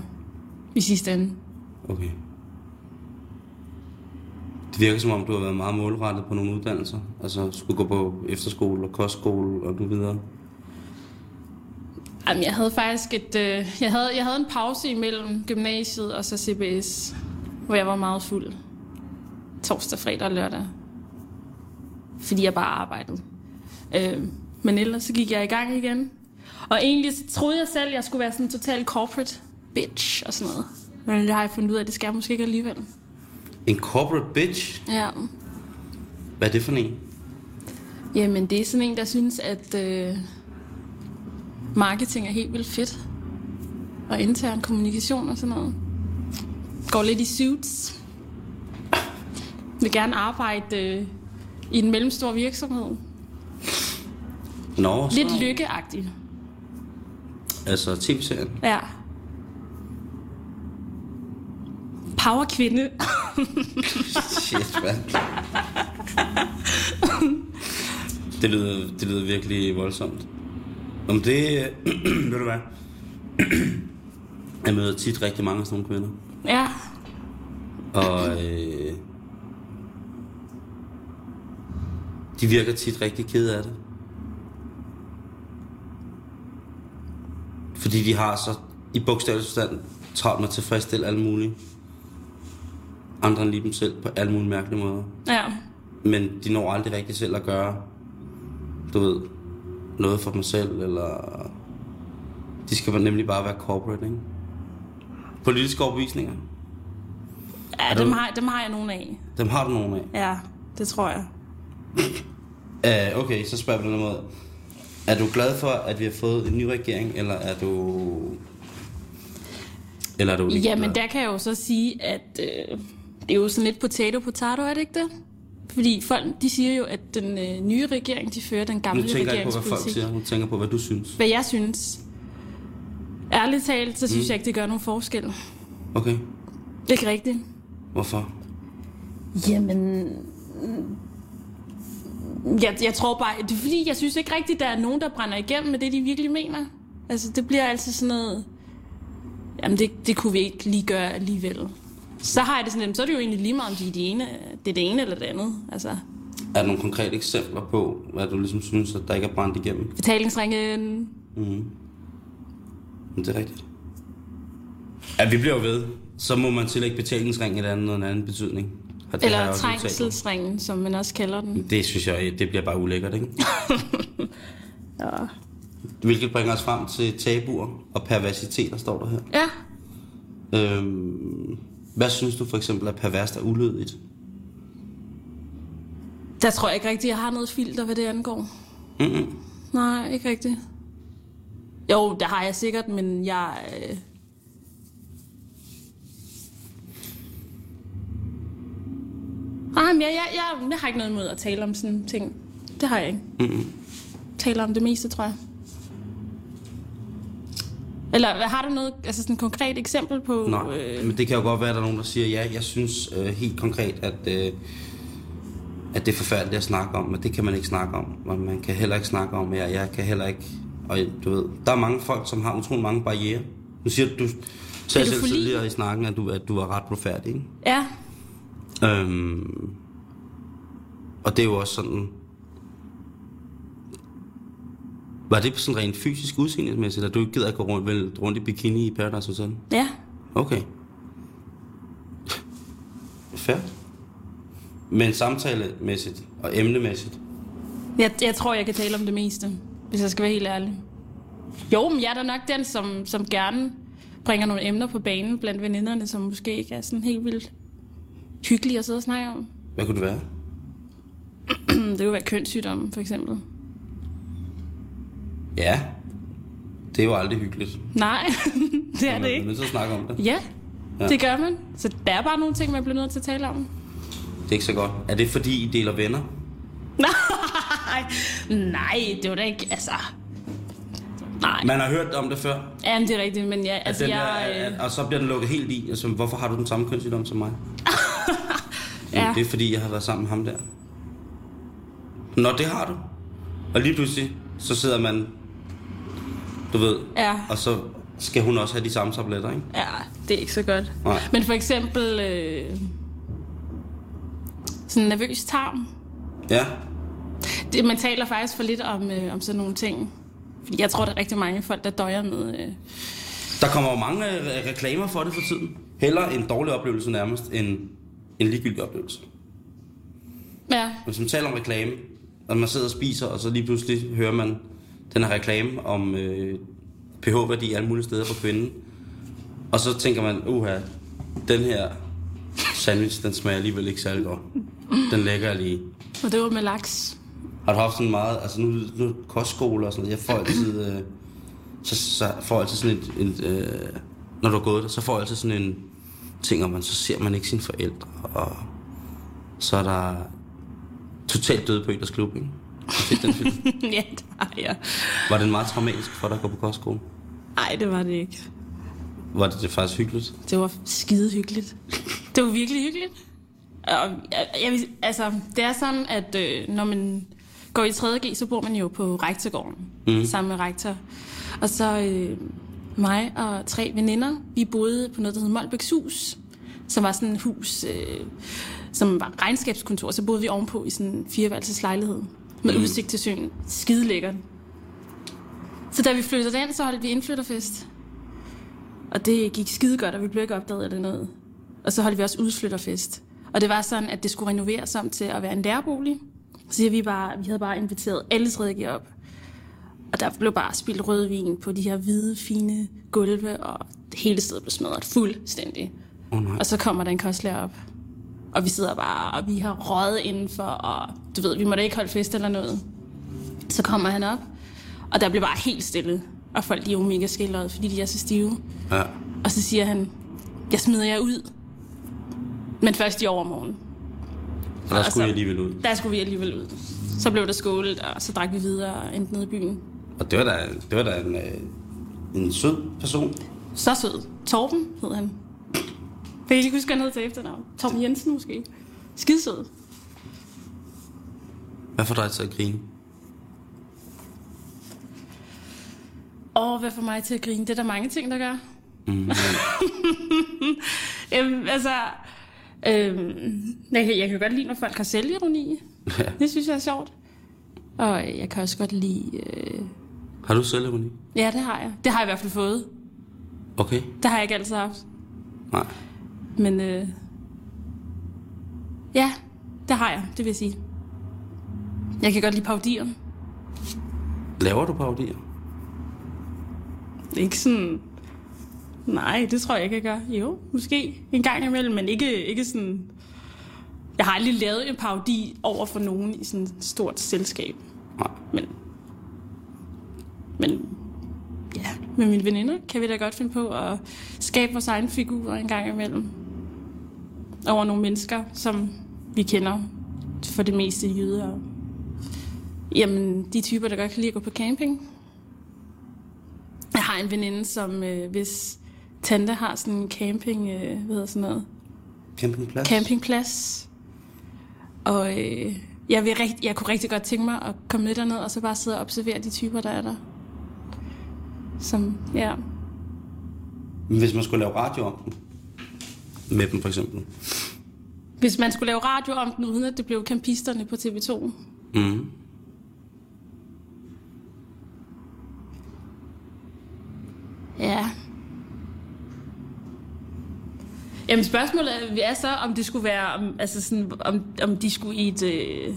B: I sidste ende.
C: Okay. Det virker som om, du har været meget målrettet på nogle uddannelser. Altså, skulle gå på efterskole og kostskole og nu videre.
B: Jamen, jeg havde faktisk et, øh, jeg, havde, jeg havde en pause imellem gymnasiet og så CBS, hvor jeg var meget fuld. Torsdag, fredag og lørdag. Fordi jeg bare arbejdede. Øh, men ellers så gik jeg i gang igen. Og egentlig så troede jeg selv, jeg skulle være sådan en total corporate bitch og sådan noget. Men det har jeg fundet ud af, at det skal jeg måske ikke alligevel.
C: En corporate bitch?
B: Ja.
C: Hvad er det for en?
B: Jamen, det er sådan en, der synes, at øh, marketing er helt vildt fedt. Og intern kommunikation og sådan noget. Går lidt i suits. Vil gerne arbejde øh, i en mellemstor virksomhed.
C: Nå, så,
B: Lidt lykkeagtigt.
C: altså tv-serien.
B: Ja. Powerkvinde.
C: Shit, mand. Det lyder, det lyder virkelig voldsomt. Om det... ved du hvad? Jeg møder tit rigtig mange af sådan nogle kvinder.
B: Ja.
C: Og øh, de virker tit rigtig ked af det. Fordi de har så i bogstavelig forstand travlt med at tilfredsstille alle mulige andre end lige dem selv på alle mulige mærkelige måder.
B: Ja.
C: Men de når aldrig rigtig selv at gøre, du ved, noget for dem selv, eller... De skal nemlig bare være corporate, ikke? Politiske overbevisninger,
B: Ja,
C: du-
B: dem har, dem har jeg nogen af.
C: dem har du nogen af.
B: Ja, det tror jeg.
C: Uh, okay, så spørger jeg på den her måde. Er du glad for, at vi har fået en ny regering, eller er du... Eller er du ikke
B: Jamen,
C: glad?
B: der kan jeg jo så sige, at øh, det er jo sådan lidt potato potato, er det ikke det? Fordi folk, de siger jo, at den øh, nye regering, de fører den gamle
C: Nu tænker jeg ikke på, hvad folk
B: regeringspolitik.
C: siger. Nu tænker jeg på, hvad du synes.
B: Hvad jeg synes. Ærligt talt, så synes mm. jeg ikke, det gør nogen forskel.
C: Okay,
B: Ikke rigtigt.
C: hvorfor?
B: Jamen... mm, Jeg, jeg tror bare, det er fordi, jeg synes ikke rigtigt, der er nogen, der brænder igennem med det, de virkelig mener. Altså, det bliver altid sådan noget... Jamen, det, det kunne vi ikke lige gøre alligevel. Så har jeg det sådan, jamen, så er det jo egentlig lige meget, om de er det ene, det, er det ene eller det andet. Altså,
C: Er der nogle konkrete eksempler på, hvad du ligesom synes, at der ikke er brændt igennem?
B: betalingsringen...
C: Men det er rigtigt. Ja, vi bliver jo ved. Så må man tillægge betalingsring et andet og en anden betydning. Og det har jeg
B: Eller
C: også udtalt mig.
B: trængselsringen, som man også kalder den.
C: Det synes jeg, det bliver bare ulækkert, ikke?
B: Ja.
C: Hvilket bringer os frem til tabuer og perversiteter, står der her.
B: ja.
C: Øhm, hvad synes du for eksempel er perverst og ulydigt?
B: Der tror jeg ikke rigtigt, jeg har noget filter, hvad det angår. Mm-mm. Nej, ikke rigtigt. Jo, det har jeg sikkert, men jeg... Øh... Ej, men jeg, jeg, jeg, jeg har ikke noget imod at tale om sådan ting. Det har jeg ikke. Mm-mm. Taler om det meste, tror jeg. Eller hvad- har du noget, altså sådan et konkret eksempel på...
C: Nej, øh... men det kan jo godt være, at der er nogen, der siger, ja, jeg synes øh, helt konkret, at, øh, at det er forfærdeligt at snakke om, men det kan man ikke snakke om. Og man kan heller ikke snakke om, ja, jeg kan heller ikke... Og du ved, der er mange folk, som har utrolig mange barriere. Nu siger du, du sagde selv
B: Pædofili.
C: tidligere i snakken, at du, at du var ret blodfærdig, ikke?
B: Ja,
C: Øhm, og det er jo også sådan... Var det sådan rent fysisk udseendemæssigt, at du ikke gider at gå rundt, vel, rundt i bikini i Paradise Hotel?
B: ja.
C: Okay. Fair. Men samtalemæssigt og emnemæssigt.
B: Jeg, jeg tror, jeg kan tale om det meste, hvis jeg skal være helt ærlig. Jo, men jeg er da nok den, som, som gerne bringer nogle emner på banen blandt veninderne, som måske ikke er sådan helt vildt hyggelige at sidde og snakke om.
C: Hvad kunne det være?
B: Mm, Det kunne være kønssygdomme, for eksempel.
C: Ja. Det er jo aldrig hyggeligt.
B: Nej, det er det
C: Man er
B: ikke.
C: nødt til at snakke om det.
B: Ja,
C: Ja.
B: det gør man. Så der er bare nogle ting, man bliver nødt til at tale om.
C: Det er ikke så godt. Er det fordi, I deler venner?
B: Nej, nej, det var da ikke, altså... Nej,
C: Man har hørt om det før.
B: Jamen, det er rigtigt, men ja,
C: At
B: altså,
C: den
B: jeg...
C: der,
B: øh,
C: at, at, og så bliver den lukket helt i. Altså, hvorfor har du den samme kønssygdom som mig?
B: Ja.
C: ja. Det er fordi, jeg har været sammen med ham der. Nå, det har du. Og lige pludselig, så sidder man, du ved,
B: Ja.
C: og så skal hun også have de samme tabletter, ikke?
B: Ja, det er ikke så godt.
C: Nej.
B: Men for eksempel... Øh, sådan en nervøs tarm.
C: Ja.
B: Det, man taler faktisk for lidt om, øh, om sådan nogle ting. Fordi jeg tror, der er rigtig mange folk, der døjer med... Øh.
C: Der kommer jo mange øh, reklamer for det for tiden. Heller en dårlig oplevelse nærmest, end en ligegyldig oplevelse.
B: Ja,
C: Men som taler om reklame, og man sidder og spiser, og så lige pludselig hører man den her reklame om øh, pH-værdi alle mulige steder for kvinden. Og så tænker man, uha, den her sandwich, den smager alligevel ikke særlig godt. Den lægger jeg lige.
B: og det var med laks.
C: Har du haft sådan meget, altså nu, nu kostskole og sådan noget, jeg får altid, øh, så, så får jeg altid sådan et, et øh, når du har gået der, så får jeg altid sådan en ting om, at så ser man ikke sine forældre, og så er der totalt døde på Eders Klub, ikke? Jeg fik den film.
B: ja, det har jeg.
C: Var den meget traumatisk for dig at gå på kostskole?
B: Nej, det var det ikke.
C: Var det, det faktisk hyggeligt?
B: Det var skide hyggeligt. Det var virkelig hyggeligt. Og jeg, jeg, vil- altså, det er sådan, at øh, når man går i 3.G, så bor man jo på rektorgården mm. sammen med rektor. Og så øh, mig og tre veninder, vi boede på noget, der hed Molbæks Hus, som var sådan et hus, øh, som var regnskabskontor. Så boede vi ovenpå i sådan en fireværelseslejlighed med mm. udsigt til søen. Skide lækkert. Så da vi flyttede ind, så holdt vi indflytterfest. Og det gik skide godt, og vi blev ikke opdaget eller noget. Og så holdt vi også udflytterfest. Og det var sådan, at det skulle renoveres om til at være en lærerbolig. Så vi, bare, vi havde bare inviteret alle tredje op. Og der blev bare spildt rødvin på de her hvide, fine gulve, og det hele stedet blev smadret fuldstændig.
C: Åh nej.
B: Og så kommer der en kostlærer op. Og vi sidder bare, og vi har røget indenfor, og du ved, vi må da ikke holde fest eller noget. Så kommer han op, og der blev bare helt stille. Og folk, de er jo mega skældrede, fordi de er så stive.
C: Ja.
B: Og så siger han, jeg smider jer ud. Men først i overmorgen.
C: Så der skulle
B: så-
C: jeg alligevel ud.
B: Der skulle vi alligevel ud. Så blev der skålet, og så drak vi videre og endte nede i byen.
C: Og det var da, det var da en, øh, en sød person.
B: Så sød. Torben hed han. Jeg kan ikke huske, hvad han hed til efternavn. Torben Jensen måske. Skidesød.
C: Hvad får dig til at grine?
B: Og hvad får mig til at grine? Det er der mange ting, der gør. Mm. Jamen, altså... Øhm, jeg, kan, jeg kan godt lide, når folk har selvironi.
C: Ja.
B: Det synes jeg er sjovt. Og øh, jeg kan også godt lide... Øh,
C: Har du selvironi?
B: ja, det har jeg. Det har jeg i hvert fald fået.
C: Okay.
B: Det har jeg ikke altid haft.
C: Nej.
B: Men øh, ja, det har jeg, det vil jeg sige. Jeg kan godt lide paudier.
C: Laver du parodier?
B: Ikke sådan... Nej, det tror jeg ikke, jeg gør. Jo, måske en gang imellem, men ikke, ikke sådan... Jeg har aldrig lavet en parodi over for nogen i sådan et stort selskab.
C: Nej.
B: Men, men ja, med mine veninder kan vi da godt finde på at skabe vores egen figur en gang imellem. Over nogle mennesker, som vi kender for det meste jyder. Jamen, de typer, der godt kan lide at gå på camping. Jeg har en veninde, som øh, hvis tante har sådan en camping, øh, hvad hedder sådan noget,
C: Campingplads?
B: campingplads. Og øh, jeg, vil rigt- jeg kunne rigtig godt tænke mig at komme med derned, og så bare sidde og observere de typer, der er der. Som, ja.
C: Hvis man skulle lave radio om dem. Med dem for eksempel.
B: Hvis man skulle lave radio om den, uden at det blev campisterne på TV2.
C: Mm.
B: Ja. Jamen spørgsmålet er- er så, om det skulle være, om, altså sådan, om, om de skulle i et, øh,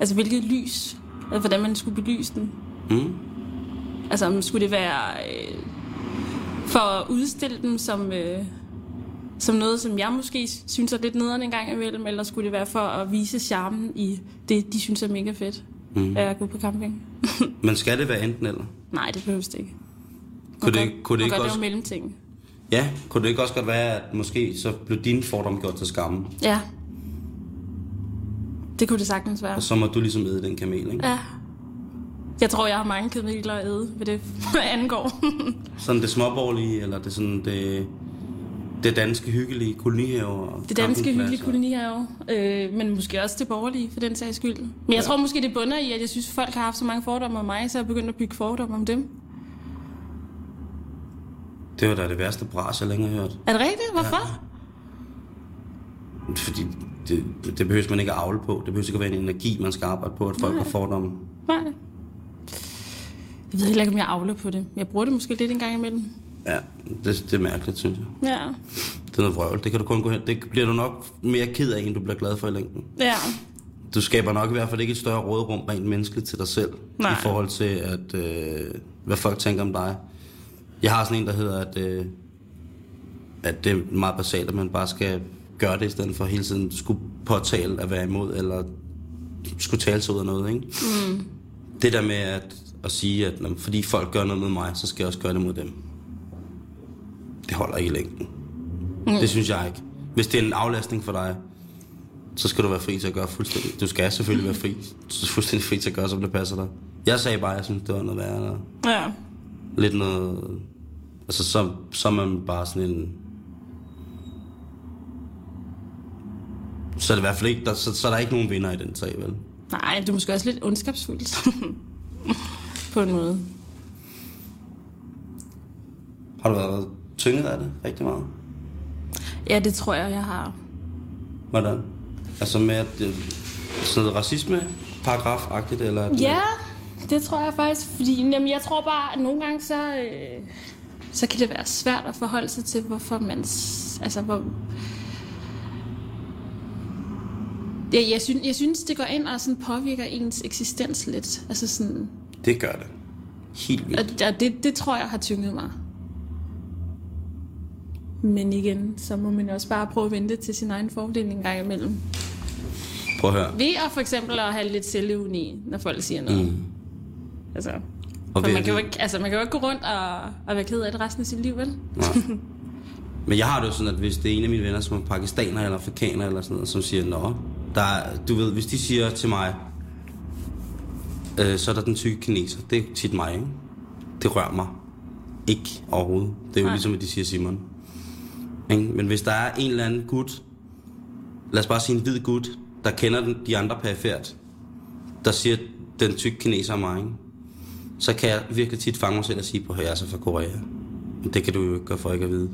B: altså hvilket lys, altså hvordan man skulle belyse den.
C: Mm.
B: Altså om skulle det være øh, for at udstille dem som, øh, som noget, som jeg måske synes er lidt nederen en gang imellem, eller skulle det være for at vise charmen i det, de synes er mega fedt,
C: Mhm.
B: mm. at gå på camping?
C: Men skal det være enten eller?
B: Nej, det behøves det ikke.
C: Kunne det
B: Man
C: ikke-
B: godt-
C: kunne det
B: man
C: ikke
B: godt
C: også-
B: lave mellemting.
C: Ja, kunne det ikke også godt være, at måske så blev dine fordomme gjort til skamme,
B: Ja. Det kunne det sagtens være.
C: og så må du ligesom æde den kamel, ikke?
B: Ja. Jeg tror, jeg har mange kedeligere at æde, hvad det angår.
C: Sådan det småborgerlige, eller det sådan det, det danske hyggelige kolonihaver. og
B: Det danske
C: campingpladser.
B: hyggelige kolonihave, øh, men måske også det borgerlige, for den sags skyld. Men jeg ja. tror måske, det bunder i, at jeg synes, folk har haft så mange fordomme om mig, så jeg er begyndt at bygge fordomme om dem.
C: Det var da det værste bras, jeg længe har hørt.
B: Er det rigtigt? Hvorfor?
C: Fordi det, det behøver man ikke at avle på. Det behøver ikke at være en energi, man skal arbejde på, at folk har fordomme.
B: Ja. Nej. Jeg ved heller ikke, om jeg avler på det. Jeg bruger det måske lidt en gang imellem.
C: Ja, det, det er mærkeligt, synes jeg.
B: Ja.
C: Det er noget vrøvl. Det kan du kun gå hen. Det bliver du nok mere ked af, end du bliver glad for i længden.
B: Ja.
C: Du skaber nok i hvert fald ikke et større råderum rent menneskeligt til dig selv.
B: Nej.
C: I forhold til, at, øh, hvad folk tænker om dig. Jeg har sådan en, der hedder, at, øh, at det er meget basalt, at man bare skal gøre det, i stedet for hele tiden skulle påtale at være imod, eller skulle tale sig ud af noget, ikke? Mm. Det der med at, at sige, at når, fordi folk gør noget mod mig, så skal jeg også gøre det mod dem. Det holder ikke i længden. Mm. Det synes jeg ikke. Hvis det er en aflastning for dig, så skal du være fri til at gøre fuldstændig. Du skal selvfølgelig være fri. Du er fuldstændig fri til at gøre, som det passer dig. Jeg sagde bare, at jeg synes, det var noget værre. Noget.
B: Ja.
C: Lidt noget... Altså, så, så er man bare sådan en... Så er det i hvert fald ikke... Der, så, så er der ikke nogen vinder i den sag, vel?
B: Nej, du er måske også lidt ondskabsfuldt. på en måde.
C: Har du været tynget af det rigtig meget?
B: Ja, det tror jeg, jeg har.
C: Hvordan? Altså med at, øh, sådan noget racisme paragraf eller... at-
B: Ja, det tror jeg faktisk, fordi jamen, jeg tror bare, at nogle gange så, øh, så kan det være svært at forholde sig til, hvorfor man... s- Altså, hvor... Jeg, jeg, synes, jeg synes, det går ind og sådan påvirker ens eksistens lidt. Altså sådan,
C: Det gør det. Helt vildt.
B: og og det, det tror jeg har tynget mig. Men igen, så må man også bare prøve at vente til sin egen fordel en gang imellem.
C: Prøv at høre.
B: Ved at for eksempel at have lidt selvevni, når folk siger noget.
C: Mm.
B: Altså,
C: Og
B: for
C: ved
B: man
C: at-
B: kan, jo ikke, altså, man kan jo ikke gå rundt og, og være ked af det resten af sit liv, vel?
C: Nej. Men jeg har det jo sådan, at hvis det er en af mine venner, som er pakistaner eller afrikaner eller sådan noget, som siger, Nå, der er, du ved, hvis de siger til mig, øh, så er der den tykke kineser. Det er tit mig, ikke? Det rører mig. Ikke overhovedet. Det er
B: Nej.
C: jo Nej. ligesom, at de siger Simon. Ikke? Men hvis der er en eller anden gut, lad os bare sige en hvid gut, der kender den, de andre perifært, der siger, den tykke kineser er mig, ikke? så kan jeg virkelig tit fange mig selv og sige, på jeg er så fra Korea. Men det kan du jo ikke gøre for ikke at vide.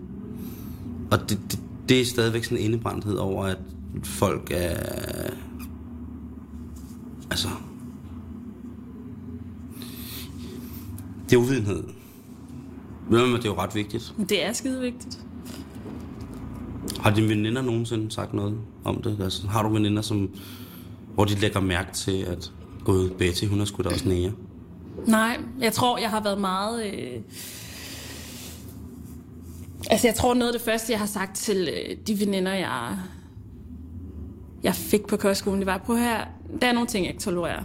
C: Og det, det, det er stadigvæk sådan en indebrændthed over, at folk er... Altså... Det er uvidenhed. Ved man, det er jo ret vigtigt.
B: Men det er skide vigtigt.
C: Har dine veninder nogensinde sagt noget om det? Altså, har du veninder, som, hvor de lægger mærke til, at gået Betty, hun er sgu da også nære?
B: Nej, jeg tror, jeg har været meget... Øh... Altså, jeg tror, noget af det første, jeg har sagt til øh, de veninder, jeg, jeg fik på kostskolen, det var, prøv her, der er nogle ting, jeg ikke tolererer.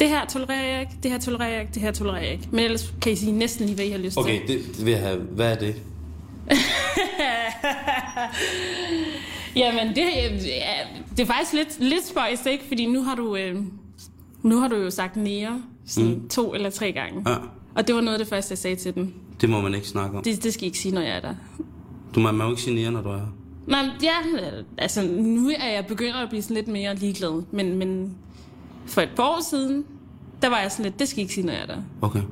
B: Det her tolererer jeg ikke, det her tolererer jeg ikke, det her tolererer jeg ikke. Men ellers kan I sige næsten lige, hvad I har lyst til.
C: Okay, det, det vil jeg have. Hvad er det?
B: Jamen, det, øh, ja, det er faktisk lidt, lidt spøjst, ikke? Fordi nu har du, øh, nu har du jo sagt nære sådan mm. to eller tre gange.
C: Ja,
B: Og det var noget af det første, jeg sagde til dem.
C: det må man ikke snakke om.
B: Det, det skal I ikke sige, når jeg er der.
C: Du må, man må jo ikke genere, når du er her.
B: Nej, men ja, øh, altså nu er jeg begyndt at blive sådan lidt mere ligeglad. Men, men for et par år siden, der var jeg sådan lidt, det skal I ikke sige, når jeg er der.
C: Okay.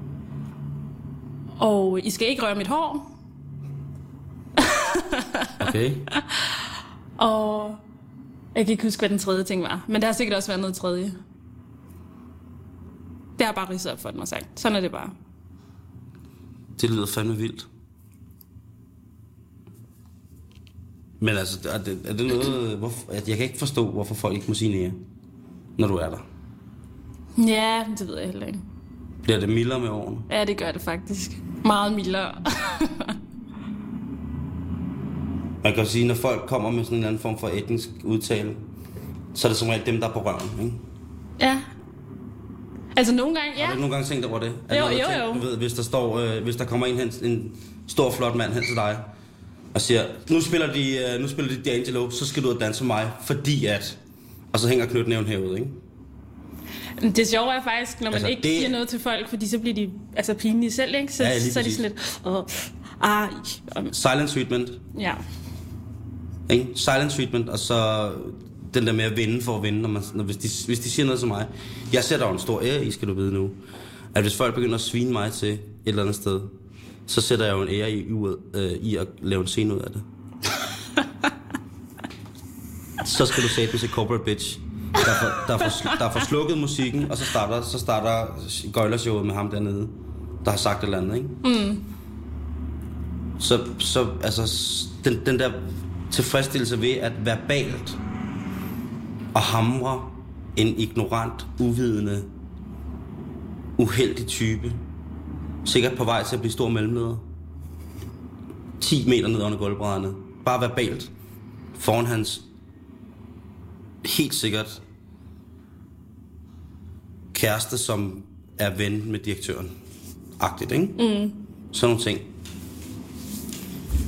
B: Og I skal ikke røre mit hår.
C: Okay.
B: Og jeg kan ikke huske, hvad den tredje ting var. Men der har sikkert også været noget tredje. Det har jeg bare ridset op for den og sagt. Sådan er det bare.
C: Det lyder fandme vildt. Men altså, er det, er det noget... Hvorfor, at jeg kan ikke forstå, hvorfor folk ikke må sige nære, når du er der.
B: Ja, det ved jeg heller ikke.
C: Bliver det mildere med årene?
B: Ja, det gør det faktisk. Meget mildere.
C: Man kan jo sige, når folk kommer med sådan en eller anden form for etnisk udtale, så er det som regel dem, der er på røven, ikke?
B: ja. Altså nogle gange, ja.
C: Har du ikke nogle gange tænkt over det? At
B: Jo,
C: når du
B: jo,
C: tænker-
B: jo.
C: Du ved, hvis der, står, øh, hvis der kommer en, hen, en stor, flot mand hen til dig, og siger, nu spiller de, øh, nu spiller de D'Angelo, så skal du ud og danse med mig, fordi at... Og så hænger knytnæven herude, ikke?
B: Det sjove er faktisk, når man
C: Altså,
B: altså, ikke det...
C: det-
B: siger noget til folk, fordi så bliver de altså, pinlige selv, ikke? Så,
C: Ja,
B: ja,
C: lige
B: så er de
C: præcis.
B: sådan lidt, åh, ej. Og,
C: Silent treatment,
B: ja.
C: ikke? Silent treatment, og så den der med at vinde for at vinde, når man, når, hvis, de, hvis de siger noget til mig. Jeg ser dog en stor ære i, skal du vide nu, at hvis folk begynder at svine mig til et eller andet sted, så sætter jeg jo en ære i, uret, øh, i at lave en scene ud af det. så skal du sætte til corporate bitch. Der er, for, der, er for, der er for slukket musikken, og så starter, så starter gøjlershowet med ham dernede, der har sagt et eller andet, ikke? så, så altså, s- den, den der tilfredsstillelse ved at verbalt og hamre en ignorant, uvidende, uheldig type, sikkert på vej til at blive stor mellemleder, 10 meter ned under gulvbrædderne, bare verbalt, foran hans helt sikkert kæreste, som er ven med direktøren. Agtigt, ikke? Mm. Sådan nogle ting.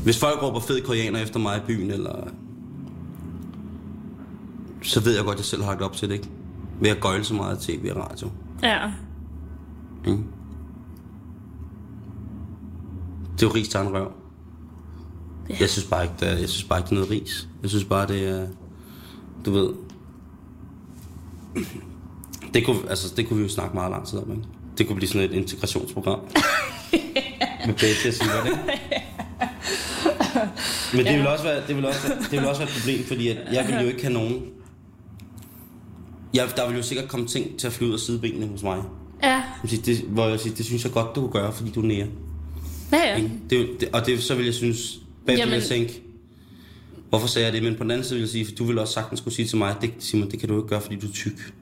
C: Hvis folk råber fed koreaner efter mig i byen, eller... Så ved jeg godt, at jeg selv har det op til det, ikke? Ved at gøjle så meget tv og radio.
B: Ja.
C: Ikke? Det er jo ris til egen røv.
B: Ja.
C: Jeg synes bare ikke, det er, jeg synes bare ikke, det er noget ris. Jeg synes bare, det er... Du ved... Det kunne, altså, det kunne vi jo snakke meget lang tid om, ikke? Det kunne blive sådan et integrationsprogram. Med bedre og Simon, ikke? Men det vil også være, det vil også, være- det vil også være et problem, fordi at jeg vil jo ikke have nogen... Jeg, der vil jo sikkert komme ting til at flyde ud af sidebenene hos mig.
B: Ja.
C: Jeg vil sige, Det, hvor jeg siger, det synes jeg godt, du kunne gøre, fordi du er nære.
B: Ja, ja.
C: Ikke? Det, er jo- det, og det, så vil jeg synes, bagefter vil jeg
B: Jamen-
C: tænke, hvorfor sagde jeg det? Men på den anden side vil jeg sige, for du ville også sagtens kunne sige til mig, det, Simon, det kan du ikke gøre, fordi du er tyk.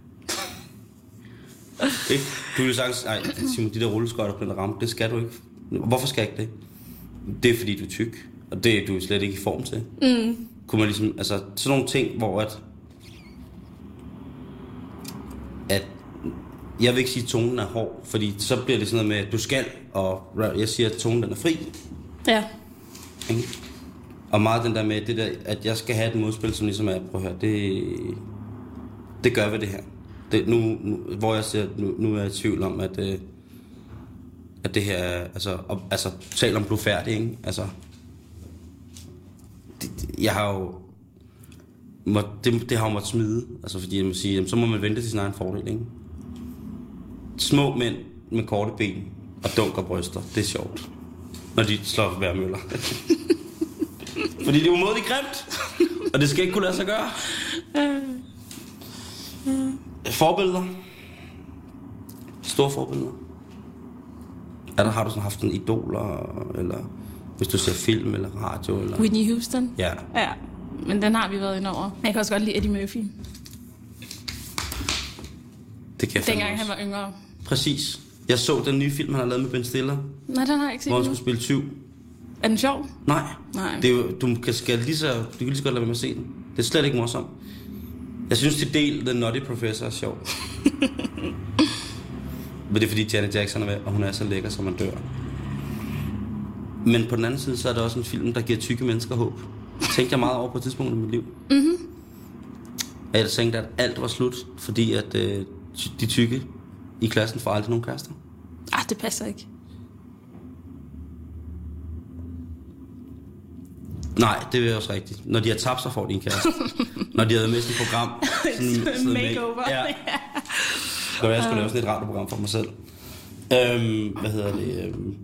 C: Ikke? du ville sagtens, nej Simon, de der rulleskøjter på den rampe, det skal du ikke. Hvorfor skal jeg ikke det? Det er fordi, du er tyk, og det er du slet ikke i form til. Mm. Kunne man ligesom, altså sådan nogle ting, hvor at, at jeg vil ikke sige, at tonen er hård, fordi så bliver det sådan noget med, at du skal, og jeg siger, at tonen den er fri,
B: Ja.
C: ikke? Og meget den der med, det der, at jeg skal have et modspil, som ligesom er, prøv at høre, det, det gør vi det her. Det, nu, nu, hvor jeg siger, nu, nu er jeg i tvivl om, at, øh, at det her er, altså, og, altså, tal om blufærdig, ikke? Altså, det, det- jeg har jo, må, det, det har jeg måttet smide, altså fordi jeg må sige, jamen, så må man vente til sin egen fordel, ikke? Små mænd med korte ben og dunker bryster, det er sjovt, når de slår hver møller. Fordi det er umådeligt grimt, og det skal ikke kunne lade sig gøre. Forbilleder. Store forbilleder. Er der, har du sådan haft en idol, eller hvis du ser film eller radio? Eller...
B: Whitney Houston.
C: Ja.
B: Ja. Men den har vi været inde over. Jeg kan også godt lide Eddie Murphy.
C: Det kan jeg fandme
B: Dengang
C: også.
B: han var yngre.
C: Præcis. Jeg så den nye film, han har lavet med Ben Stiller,
B: Nej, den har jeg ikke set
C: hvor han
B: endnu.
C: skulle spille 20.
B: Er den sjov?
C: Nej.
B: Mhm. Nej.
C: Det er jo, du, kan, skal lige så, du kan lige så godt lade være med at se den. Det er slet ikke morsomt. Jeg synes til del, The Nutty Professor er sjov. Men det er fordi Janet Jackson er med, og hun er så lækker, som man dør. Men på den anden side, så er det også en film, der giver tykke mennesker håb. Det tænkte jeg meget over på et tidspunkt i mit liv. Mm-hmm.
B: Mhm.
C: Og jeg tænkte, at alt var slut, fordi at øh, ty- de tykke i klassen får aldrig nogen kærester.
B: Ah, det passer ikke.
C: Nej, det er også rigtigt. Når de har tabt, så får de en kæreste. Når de har været med i sådan et program.
B: Sådan en
C: make-
B: makeover.
C: Ja. Det var, jeg skulle lave sådan et radioprogram for mig selv. Øhm, hvad hedder det? Øhm,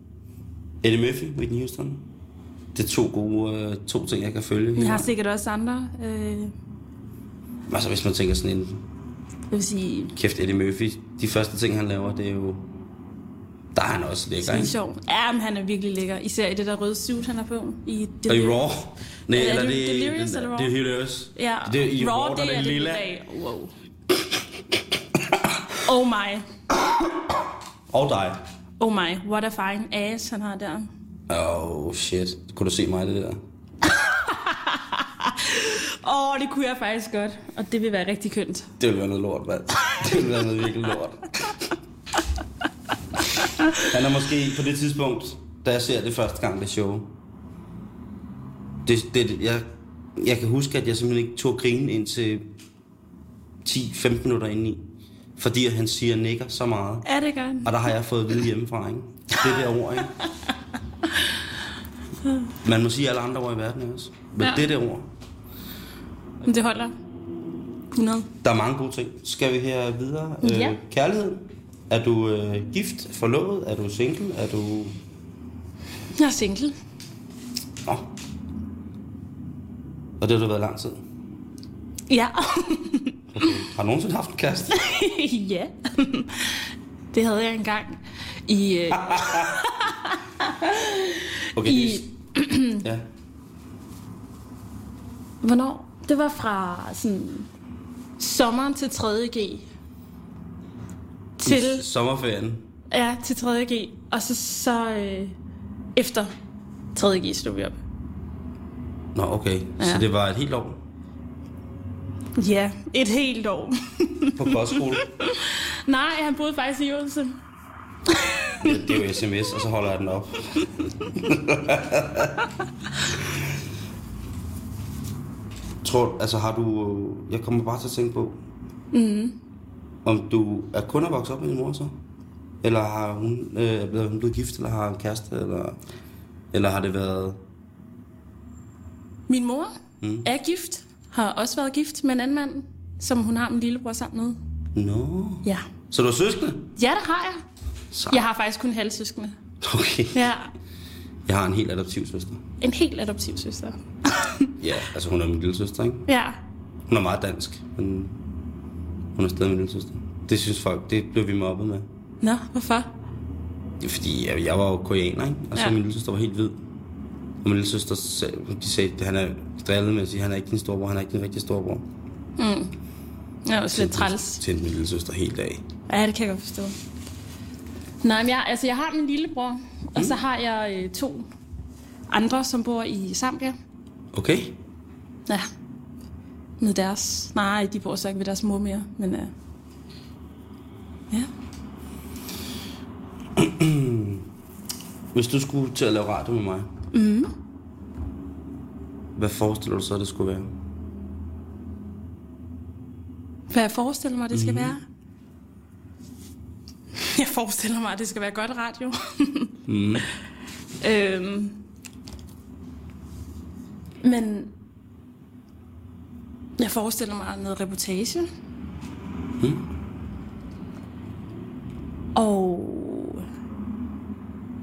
C: Eddie Murphy, Whitney Houston. Det er to gode øh, to ting, jeg kan følge.
B: Vi har sikkert også andre. Øh,
C: Altså, hvis man tænker sådan en,
B: jeg vil sige,
C: kæft Eddie Murphy, de første ting, han laver, det er jo... Der er han også lækker,
B: det er
C: ikke?
B: sjov. Ja, men han er virkelig lækker. Især i det der røde suit, han har på. I det
C: Og i Raw. Nej,
B: Ja,
C: eller
B: det-
C: det,
B: Delirious eller Raw?
C: Det er Delirious.
B: Ja,
C: Det er i Raw, der er
B: det
C: den
B: er det
C: lilla.
B: lilla. Wow. Oh my.
C: Og dig.
B: Oh my. What a fine ass, han har der.
C: Oh shit. Kunne du se mig i det der?
B: Åh, oh, det kunne jeg faktisk godt. Og det vil være rigtig kønt.
C: Det ville være noget lort, mand. Det ville være noget virkelig lort. Han er måske på det tidspunkt, da jeg ser det første gang, det show. Det, det, jeg, jeg kan huske, at jeg simpelthen ikke tog grine indtil 10-15 minutter indeni. Fordi at han siger nikker så meget.
B: Er det godt?
C: Og der har jeg fået at vide hjemmefra, ikke? Det der ord, ikke? Man må sige alle andre ord i verden ikke også. Men
B: Ja.
C: det der ord,
B: Men det holder. 100.
C: Der er mange gode ting. Skal vi her videre?
B: Ja.
C: Øh, kærlighed. Er du øh, gift? Forlovet? Er du single? Er du...
B: Jeg er single.
C: Nå. Og det har du været lang tid.
B: Ja.
C: Har du nogensinde haft en kæreste?
B: ja. det havde jeg engang. I, øh,
C: Okay.
B: I-
C: det- ja.
B: Hvornår? Det var fra sådan sommeren til 3.G. Til,
C: I sommerferien.
B: ja, til 3.G. Og så, så øh, efter 3.G stod vi op.
C: Nå, okay. Ja. Så
B: Ja.
C: det var et helt år
B: Ja, et helt år.
C: på kostskole.
B: Nej, han boede faktisk i Odense.
C: Det, det er jo sms, og så holder jeg den op. Tror, altså har du... Jeg kommer bare til at tænke på, mm. om du er kun er vokset op med din mor så? Eller har hun, øh, er blevet- hun blevet gift, eller har en kæreste, eller, eller har det været...
B: Min mor mm. er gift, har også været gift med en anden mand, som hun har min lillebror sammen med.
C: Nå...
B: Ja.
C: Så du har søskende?
B: Ja, det har jeg.
C: Så.
B: Jeg har faktisk kun halvsøskende.
C: Okay.
B: Ja,
C: Jeg har en helt adoptiv søster.
B: en helt adoptiv søster.
C: Ja, altså hun er min lille søster, ikke?
B: Ja,
C: Hun er meget dansk, men hun er stadig min lille søster. Det synes folk, det blev vi mobbet med.
B: nå, hvorfor?
C: Det er fordi, jeg, jeg var jo koreaner, ikke? Og så
B: Ja.
C: ja. min lille søster var helt hvid. Og min lille søster, sagde- de sagde, at han er drillet med at sige, han er ikke din storebror, han er ikke din rigtige storebror.
B: Jeg er også lidt træls.
C: Tændte min lille søster helt af.
B: Ja, det kan jeg godt forstå. Nej, men jeg, altså, jeg har min lillebror, mm. og så har jeg øh, to andre, som bor i Zambia.
C: Okay?
B: Ja, med deres... Nej, de bor så ikke ved deres mor mere, men... Øh, ja.
C: Hvis du skulle til at lave radio med mig, mm.
B: Mhm.
C: hvad forestiller du så, det skulle være?
B: Hvad jeg forestiller mig, det skal mm. være? Jeg forestiller mig, at det skal være godt radio. mm. øhm. Men jeg forestiller mig noget reportage. Mm. Og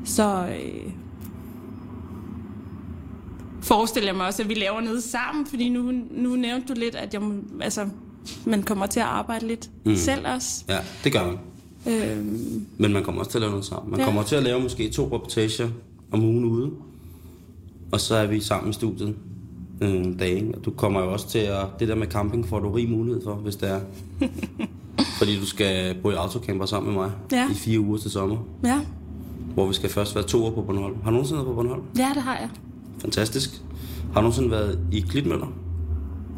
B: så øh, forestiller jeg mig også, at vi laver noget sammen, fordi nu, nu nævnte du lidt, at jeg, må- altså, man kommer til at arbejde lidt mm. selv også.
C: Ja, det gør man.
B: Øhm,
C: Men man kommer også til at lave noget sammen. Man
B: Ja.
C: ja. kommer til at lave måske to reportager om ugen ude. Og så er vi sammen i studiet øh, en dag. ikke? Og du kommer jo også til at... Det der med camping får du rig mulighed for, hvis det er. Fordi du skal bo i autocamper sammen med mig
B: Ja.
C: i fire uger til sommer.
B: ja.
C: Hvor vi skal først være to år på Bornholm. Har du nogensinde været på Bornholm?
B: ja, det har jeg.
C: Fantastisk. Har du nogensinde været i Klitmøller?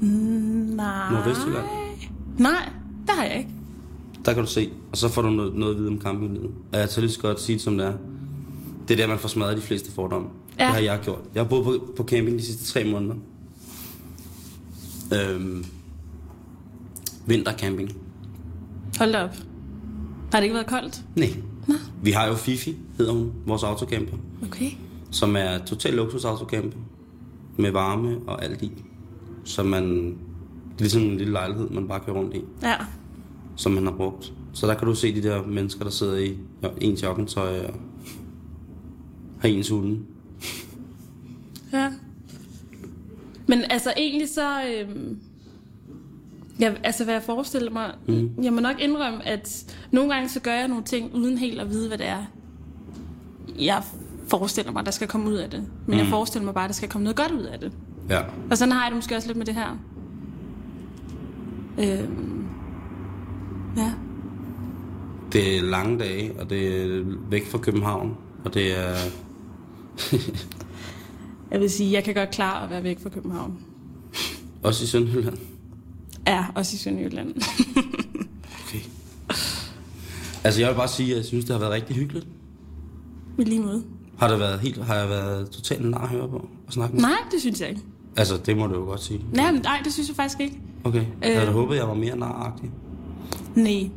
B: Nej.
C: Nordvestjylland?
B: Nej, det har jeg ikke.
C: Der kan du se, og så får du noget, noget at vide om campinglivet. Og jeg tør lige så godt sige det, som det er. Det er der, man får smadret de fleste fordomme.
B: Ja.
C: Ja. Det har jeg gjort. Jeg har boet på, på camping de sidste tre måneder. Øhm, vintercamping.
B: Hold da op. Har det ikke været koldt?
C: Nej. Vi har jo Fifi, hedder hun, vores autocamper.
B: Okay.
C: Som er total luksus autocamper. Med varme og alt i. Så man... Det er ligesom en lille lejlighed, man bare kører rundt i.
B: Ja.
C: som man har brugt. Så der kan du se de der mennesker, der sidder i ja, ens joggingtøj og har ens hunde.
B: ja. Men altså egentlig så... Øhm, ja, altså hvad jeg forestiller mig... Mm. Jeg må nok indrømme, at nogle gange så gør jeg nogle ting uden helt at vide, hvad det er. Jeg forestiller mig, der skal komme ud af det. Men mm. jeg forestiller mig bare, at der skal komme noget godt ud af det.
C: Ja.
B: Og sådan har jeg det måske også lidt med det her. Øhm, ja.
C: Det er lange dage, og det er væk fra København, og det er...
B: Jeg vil sige, jeg kan godt klare at være væk fra København.
C: Også i Sønderjylland.
B: Ja, også i Sønderjylland.
C: Okay. Altså, jeg vil bare sige, at jeg synes, det har været rigtig hyggeligt.
B: med lige måde.
C: Har, det været helt, har jeg været totalt nar at høre på og snakke med?
B: Nej, det synes jeg ikke.
C: Altså, det må du jo godt sige.
B: Nej, men, nej det synes jeg faktisk ikke.
C: Okay. Øh... Jeg
B: Øh.
C: havde da håbet, jeg var mere naragtig.
B: Nej.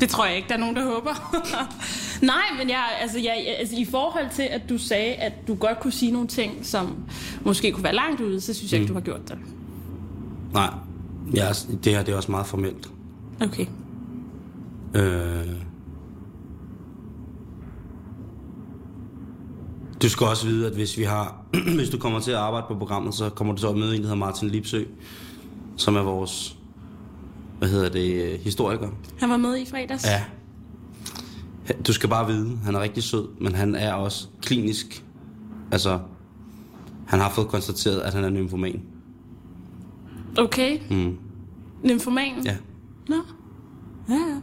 B: Det tror jeg ikke, der er nogen, der håber. nej, men jeg, altså, jeg, jeg- altså, i forhold til, at du sagde, at du godt kunne sige nogle ting, som måske kunne være langt ude, så synes jeg
C: Mm.
B: ikke, du har gjort det.
C: Nej. Jeg er, det her det er også meget formelt.
B: Okay.
C: Øh... Du skal også vide, at hvis, vi har, hvis du kommer til at arbejde på programmet, så kommer du til at møde en, der hedder Martin Lipsø, som er vores, hvad hedder det, øh, historiker.
B: Han var med i fredags.
C: Ja. Du skal bare vide, han er rigtig sød, men han er også klinisk, altså, han har fået konstateret, at han er nymfoman.
B: Okay. Mm. Nymphoman?
C: Ja,
B: Nå. Ja, ja.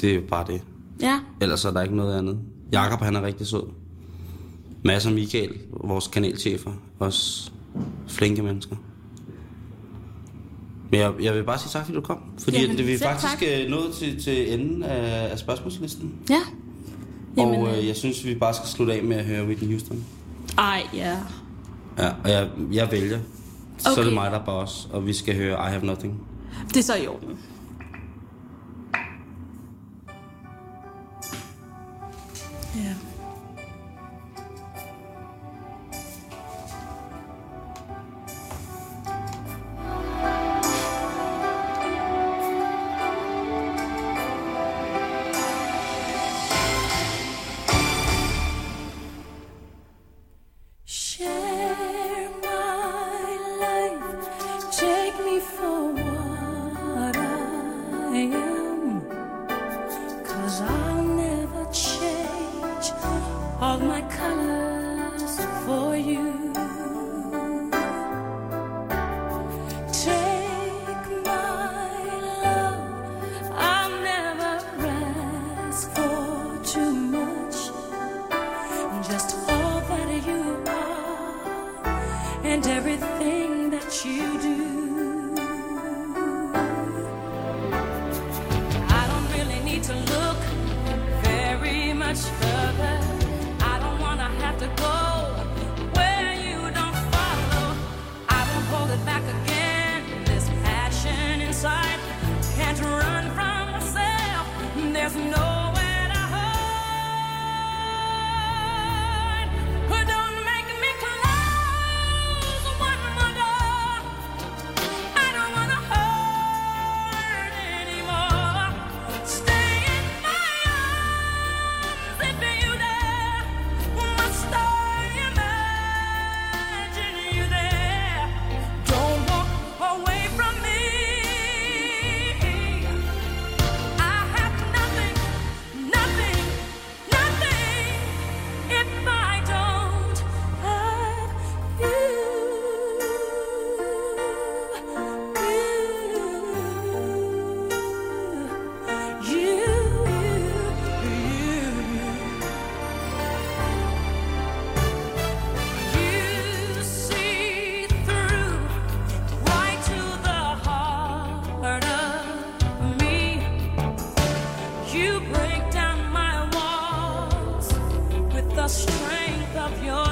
C: det er jo bare det.
B: Ja,
C: Ellers er der ikke noget andet. Jakob han er rigtig sød. Mads og Michael, vores kanalchefer, også flinke mennesker. Men jeg, jeg vil bare sige tak, fordi du kom. Fordi
B: Jamen,
C: Jamen, det, vi er
B: selv
C: faktisk tak. nået til, til enden af, af spørgsmålslisten.
B: Ja. Jamen,
C: og
B: øh,
C: øh, jeg synes, vi bare skal slutte af med at høre Whitney Houston.
B: ej, ja.
C: Ja, og jeg, jeg vælger. Så er
B: Okay.
C: det mig, der er boss, og vi skal høre I Have Nothing.
B: Det er så i orden. Ja.
D: Share my life, take me for what I am. Cause I'll never change all my colors for you. Take my love, I'll never ask for too much just all that you are and everything that you do. I don't really need to look very much further. I don't want to have to go where you don't follow. I won't hold it back again. This passion inside can't run from myself. There's nowhere to hide. But don't make me close one more door. I don't wanna hurt anymore. Stay in my arms if you dare. Must I imagine you there? Don't walk away from me. I have nothing, nothing, nothing if I don't have you, you, you, you. You see through right to the heart of me. You break down my walls with the strength of your Mm, Oh, oh.